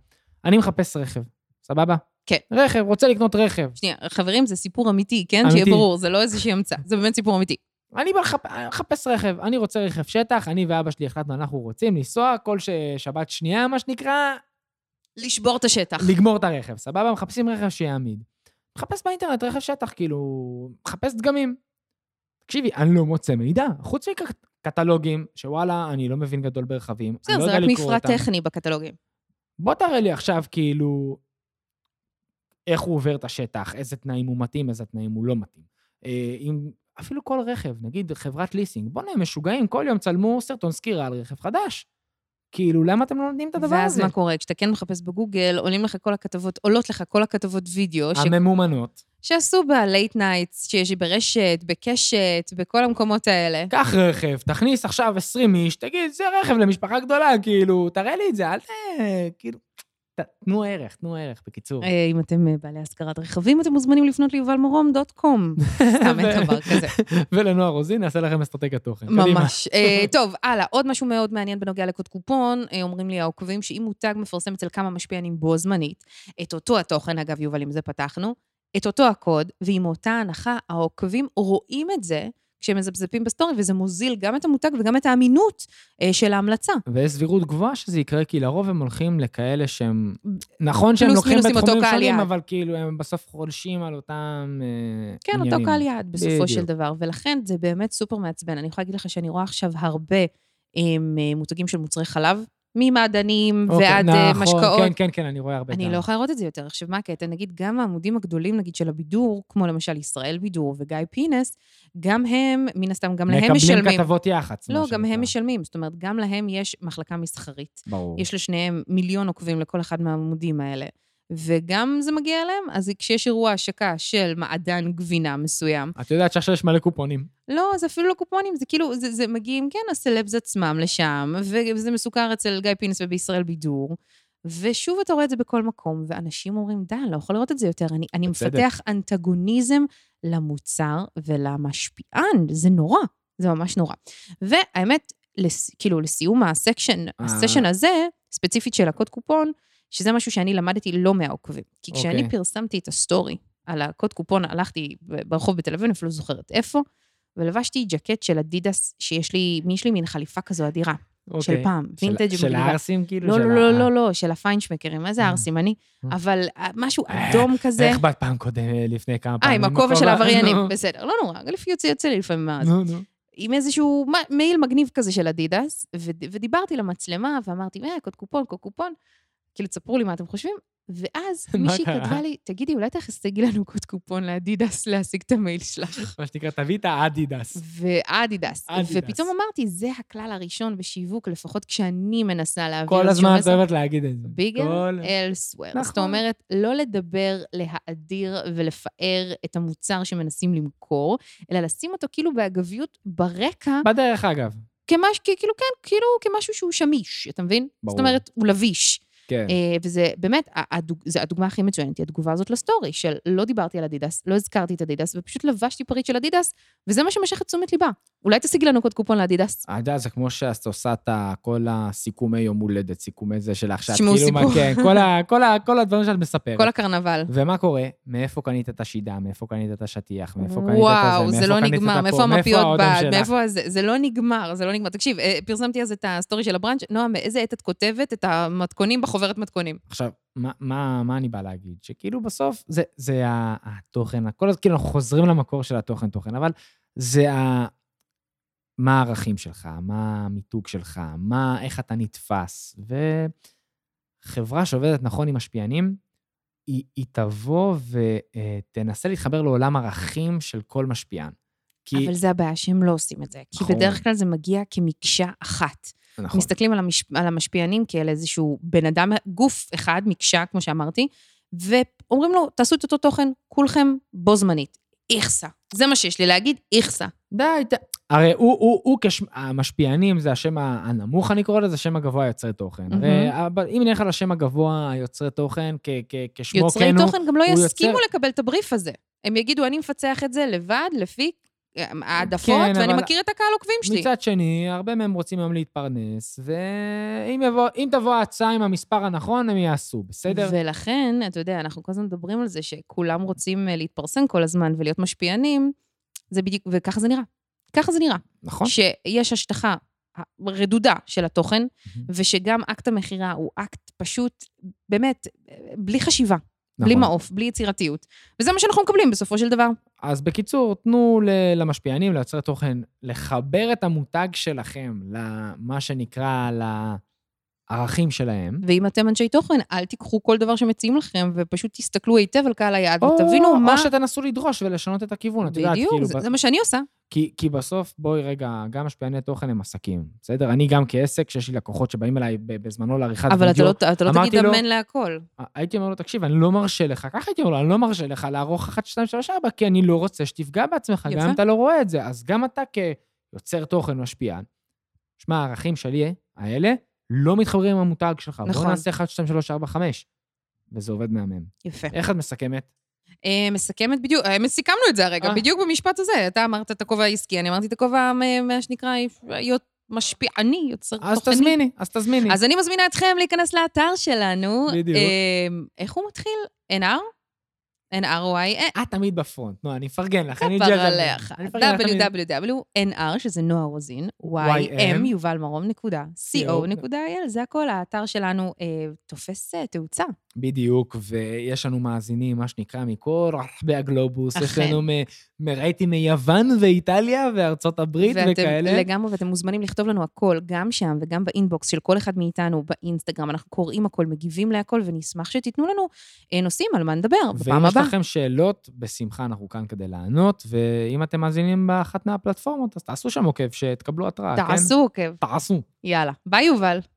B: אני מחפש רכב, סבבה?
A: כן.
B: רכב, רוצה לקנות רכב.
A: שנייה, חברים, זה סיפור אמיתי, כן?
B: אמיתי.
A: שיהיה ברור, זה לא איזושהי המצאה, זה באמת סיפור אמיתי.
B: אני בא לחפ- מחפש רכב, אני רוצה רכב שטח, אני ואבא שלי החלטנו, אנחנו רוצים לנסוע כל ש- שבת שנייה, מה שנקרא,
A: לשבור את השטח.
B: לגמור את הרכב, סבבה? מחפשים רכב שיעמיד. מחפש באינטרנט רכב שטח, כאילו, מחפש דגמים. תקשיבי, אני לא מוצא מידע, חוץ מקטלוגים, שוואלה, אני לא מבין גדול ברכבים. אני
A: זהו,
B: לא
A: זה
B: יודע
A: רק
B: לקרוא
A: מפרט
B: אותם.
A: טכני בקטלוגים.
B: בוא תראה לי עכשיו, כאילו, איך הוא עובר את השטח, איזה תנאים הוא מתאים, איזה תנאים הוא לא מתאים. אה, אם, אפילו כל רכב, נגיד חברת ליסינג, בוא'נה, הם משוגעים, כל יום צלמו סרטון סקירה על רכב חדש. כאילו, למה אתם לא נותנים את הדבר
A: ואז
B: הזה?
A: מה קורה? כשאתה כן מחפש בגוגל, עולים לך כל הכתבות, עולות לך כל הכתבות וידאו, ש...
B: הממומנות.
A: שעשו בלייט נייטס, שיש ברשת, בקשת, בכל המקומות האלה.
B: קח רכב, תכניס עכשיו 20 איש, תגיד, זה רכב למשפחה גדולה, כאילו, תראה לי את זה, אל ת... כאילו, ת, תנו ערך, תנו ערך, בקיצור.
A: אה, אם אתם אה, בעלי השכרת רכבים, אתם מוזמנים לפנות ליובלמורום.קום. סתם, אין דבר כזה.
B: ולנועה רוזין, נעשה לכם אסטרטגיית תוכן. קדימה.
A: ממש. אה, טוב, הלאה, עוד משהו מאוד מעניין בנוגע לקוד קופון. אה, אומרים לי העוקבים שאם מותג מפרסם אצל כמה משפיענים בו זמנית, את אותו התוכן, אגב, יובל, עם זה פתחנו, את אותו הקוד, ועם אותה הנחה, העוקבים רואים את זה כשהם מזפזפים בסטורי, וזה מוזיל גם את המותג וגם את האמינות אה, של ההמלצה.
B: ויש סבירות גבוהה שזה יקרה, כי לרוב הם הולכים לכאלה שהם... נכון שהם לוקחים
A: מינוס עם אותו
B: בתחומים
A: קהל
B: שונים,
A: יעד.
B: אבל כאילו הם בסוף חולשים על אותם אה,
A: כן,
B: עניינים.
A: אותו קהל יעד בסופו של
B: בדיוק.
A: דבר, ולכן זה באמת סופר מעצבן. אני יכולה להגיד לך שאני רואה עכשיו הרבה עם אה, מותגים של מוצרי חלב, ממעדנים
B: אוקיי,
A: ועד אה,
B: נכון,
A: משקאות.
B: כן, כן, כן, אני רואה הרבה
A: אני
B: גם.
A: לא יכולה לראות את זה יותר. עכשיו, מה הקטע? נגיד, גם העמודים הגדולים, נגיד, של הבידור, כמו למשל ישראל בידור וגיא פינס, גם הם, מן הסתם, גם להם
B: מקבלים
A: משלמים.
B: כתבות יח"צ. מה
A: לא, גם
B: שנקרא.
A: הם משלמים. זאת אומרת, גם להם יש מחלקה מסחרית.
B: ברור.
A: יש לשניהם מיליון עוקבים לכל אחד מהעמודים האלה. וגם זה מגיע אליהם, אז כשיש אירוע השקה של מעדן גבינה מסוים,
B: את יודעת שעכשיו יש מלא קופונים.
A: לא, זה אפילו לא קופונים, זה כאילו, זה, זה מגיעים, כן, הסלבס עצמם לשם, וזה מסוכר אצל גיא פינס ובישראל בידור. ושוב אתה רואה את זה בכל מקום, ואנשים אומרים, די, אני לא יכול לראות את זה יותר. אני, אני
B: בצדק.
A: מפתח אנטגוניזם למוצר ולמשפיען, זה נורא, זה ממש נורא. והאמת, לס, כאילו, לסיום הסקשן,
B: אה.
A: הסשן הזה, ספציפית של הקוד קופון, שזה משהו שאני למדתי לא מהעוקבים. כי כשאני
B: אוקיי.
A: פרסמתי את הסטורי על הקוד קופון, הלכתי ב- ברחוב בתל אביב, אני אפילו לא זוכרת איפה, ולבשתי ג'קט של אדידס, שיש לי, יש לי מין חליפה כזו אדירה,
B: אוקיי.
A: של פעם,
B: של-
A: וינטג'
B: של
A: מגניבה.
B: הערסים, כאילו?
A: לא,
B: של
A: לא,
B: ה-
A: לא, לא, לא, של הפיינשמקרים, איזה
B: אה.
A: ערסים אני,
B: אה.
A: אבל אה, משהו
B: אה,
A: אדום כזה.
B: איך באת פעם קודם, לפני כמה
A: אה,
B: פעמים?
A: עם הכובע של העבריינים,
B: נו,
A: בסדר, לא נורא, לפי יוצא יוצא לי לפעמים מה זה.
B: נו, נו.
A: עם איזשהו מ- מעיל מגניב כזה של אדידס, וד- ודיברתי למצלמה, ואמרתי, אה, קוד קופון, קוד קופון, כאילו, תספרו לי מה אתם חושבים. ואז
B: מה
A: מישהי
B: קרה?
A: כתבה לי, תגידי, אולי תגידי לנו קוד קופון לאדידס להשיג את המייל שלך.
B: מה שנקרא, תביא את האדידס.
A: ואדידס.
B: אדידס.
A: ופתאום אמרתי, זה הכלל הראשון בשיווק, לפחות כשאני מנסה להעביר
B: כל
A: איזשהו
B: הזמן את
A: מסר.
B: אוהבת להגיד את זה.
A: ביגר
B: כל-
A: elsewhere. זאת
B: נכון.
A: אומרת, לא לדבר, להאדיר ולפאר את המוצר שמנסים למכור, אלא לשים אותו כאילו באגביות ברקע,
B: בדרך אגב.
A: כמש, כ- כאילו, כן, כאילו כמשהו שהוא שמיש, אתה מבין?
B: ברור.
A: זאת אומרת, הוא לביש.
B: כן.
A: אה, וזה באמת, ה- הדוג- זה הדוגמה הכי מצוינת, היא התגובה הזאת לסטורי, של לא דיברתי על אדידס, לא הזכרתי את אדידס, ופשוט לבשתי פריט של אדידס, וזה מה שמשך את תשומת ליבה. אולי תשיגי לנו קוד קופון לאדידס.
B: אתה יודע, זה כמו שאת עושה את ה- כל הסיכומי יום הולדת, סיכומי זה שלך, שאת
A: תשמעו
B: כאילו... מה-
A: סיפור.
B: כן, כל ה- כל ה- כל הדברים שאת מספרת.
A: כל הקרנבל.
B: ומה קורה? מאיפה קנית את השידה? מאיפה קנית את השטיח? מאיפה קנית את זה?
A: וואו, זה
B: מאיפה
A: לא
B: קנית את
A: נגמר,
B: הפה?
A: מאיפה המפיות
B: האודם
A: בעד,
B: שלך?
A: מאיפה הזה, זה לא נגמר, זה לא נגמר. תקשיב, אה, פרסמתי אז את הסטורי של הבראנץ', נועם, באיזה עת את כותבת את המתכונים בחוברת מתכונים?
B: עכשיו, מה, מה, מה אני בא להגיד? שכאילו בסוף זה, זה ה- התוכן, הכל הזמן, כאילו אנחנו חוזרים למקור של התוכן, תוכן, אבל זה ה... מה הערכים שלך, מה המיתוג שלך, מה, איך אתה נתפס. וחברה שעובדת נכון עם משפיענים, היא, היא תבוא ותנסה להתחבר לעולם ערכים של כל משפיען. כי...
A: אבל זה הבעיה שהם לא עושים את זה, כי
B: נכון.
A: בדרך כלל זה מגיע כמקשה אחת.
B: נכון.
A: מסתכלים על, המש... על המשפיענים כעל איזשהו בן אדם, גוף אחד, מקשה, כמו שאמרתי, ואומרים לו, תעשו את אותו תוכן, כולכם בו זמנית. איכסה. זה מה שיש לי להגיד, איכסה.
B: די, ת... הרי הוא, הוא, הוא כש... המשפיענים זה השם ה- הנמוך, אני קורא לזה, השם הגבוה יוצרי תוכן. הרי אבל אם נלך על השם הגבוה היוצרי תוכן, כ- כ- כשמו
A: יוצרי
B: כן הוא,
A: תוכן גם לא
B: הוא
A: יסכימו
B: יוצר-
A: לקבל את הבריף הזה. הם יגידו, אני מפצח את זה לבד, לפי אה, העדפות,
B: כן,
A: ואני
B: אבל-
A: מכיר את הקהל עוקבים שלי.
B: מצד שני, הרבה מהם רוצים היום להתפרנס, ואם יבוא, אם תבוא ההצעה עם המספר הנכון, הם יעשו, בסדר?
A: ולכן, אתה יודע, אנחנו כל הזמן מדברים על זה שכולם רוצים אה, להתפרסם כל הזמן ולהיות משפיענים, זה בדיוק, וככה זה נראה. ככה זה נראה.
B: נכון?
A: שיש השטחה אה, רדודה של התוכן,
B: Mhm.
A: ושגם אקט המכירה הוא אקט פשוט, באמת, בלי חשיבה. בלי
B: נכון.
A: מעוף, בלי יצירתיות. וזה מה שאנחנו מקבלים בסופו של דבר.
B: אז בקיצור, תנו ל- למשפיענים, ליוצרי תוכן, לחבר את המותג שלכם למה שנקרא, לערכים שלהם.
A: ואם אתם אנשי תוכן, אל תיקחו כל דבר שמציעים לכם, ופשוט תסתכלו היטב על קהל היעד, ותבינו מה...
B: או שתנסו לדרוש ולשנות את הכיוון, את יודעת,
A: בדיוק,
B: כאילו...
A: זה-
B: ב-
A: זה מה שאני עושה.
B: כי, כי בסוף, בואי רגע, גם משפיעני תוכן הם עסקים, בסדר? אני גם כעסק, שיש לי לקוחות שבאים אליי ב- בזמנו לעריכת
A: אבל אתה
B: וידאו,
A: לא- אתה לא
B: אמרתי
A: תגיד
B: לו-
A: אמן להכל.
B: הייתי אומר לו, תקשיב, אני לא מרשה לך, ככה הייתי אומר לו, אני לא מרשה לך לערוך 1, 2, 3, 4, כי אני לא רוצה שתפגע בעצמך,
A: יפה.
B: גם אם אתה לא רואה את זה. אז גם אתה כיוצר תוכן משפיען, שמע, הערכים שלי אה, האלה לא מתחברים עם המותג שלך.
A: נכון.
B: בוא נעשה 1, 2, 3, 4, 5. וזה עובד מהמם.
A: יפה.
B: איך את מסכמת?
A: אה, מסכמת בדיוק, האמת, סיכמנו את זה הרגע,
B: אה.
A: בדיוק במשפט הזה. אתה אמרת את הכובע העסקי, אני אמרתי את הכובע, אה, מה שנקרא, להיות משפיעני, יוצר תוכני.
B: אז תזמיני, אז תזמיני.
A: אז אני מזמינה אתכם להיכנס לאתר שלנו.
B: בדיוק.
A: אה, איך הוא מתחיל? NR? NRY? אה,
B: את תמיד בפרונט. נו, אני מפרגן לך, אני
A: כפר
B: ג'רלדין.
A: עליך.
B: אני מפרגן לך תמיד.
A: www.nr, שזה נועה רוזין, ym,
B: YM,
A: יובל מרום נקודה, co נקודה il, זה הכל, האתר שלנו אה, תופס אה, תאוצה.
B: בדיוק, ויש לנו מאזינים, מה שנקרא, מכל רחבי הגלובוס. יש
A: אכן.
B: לנו, מ- מ- ראיתי מיוון ואיטליה וארצות הברית
A: ואתם-
B: וכאלה.
A: לגמרי, ואתם מוזמנים לכתוב לנו הכל, גם שם וגם באינבוקס של כל אחד מאיתנו, באינסטגרם, אנחנו קוראים הכל, מגיבים להכל, ונשמח שתיתנו לנו אה, נושאים על מה נדבר בפעם
B: ואם יש
A: הבאה.
B: לכם שאלות, בשמחה אנחנו כאן כדי לענות, ואם אתם מאזינים באחת מהפלטפורמות, אז תעשו שם עוקב, שתקבלו התראה, כן?
A: תעשו עוקב.
B: תעשו.
A: יאללה. ביי, יובל.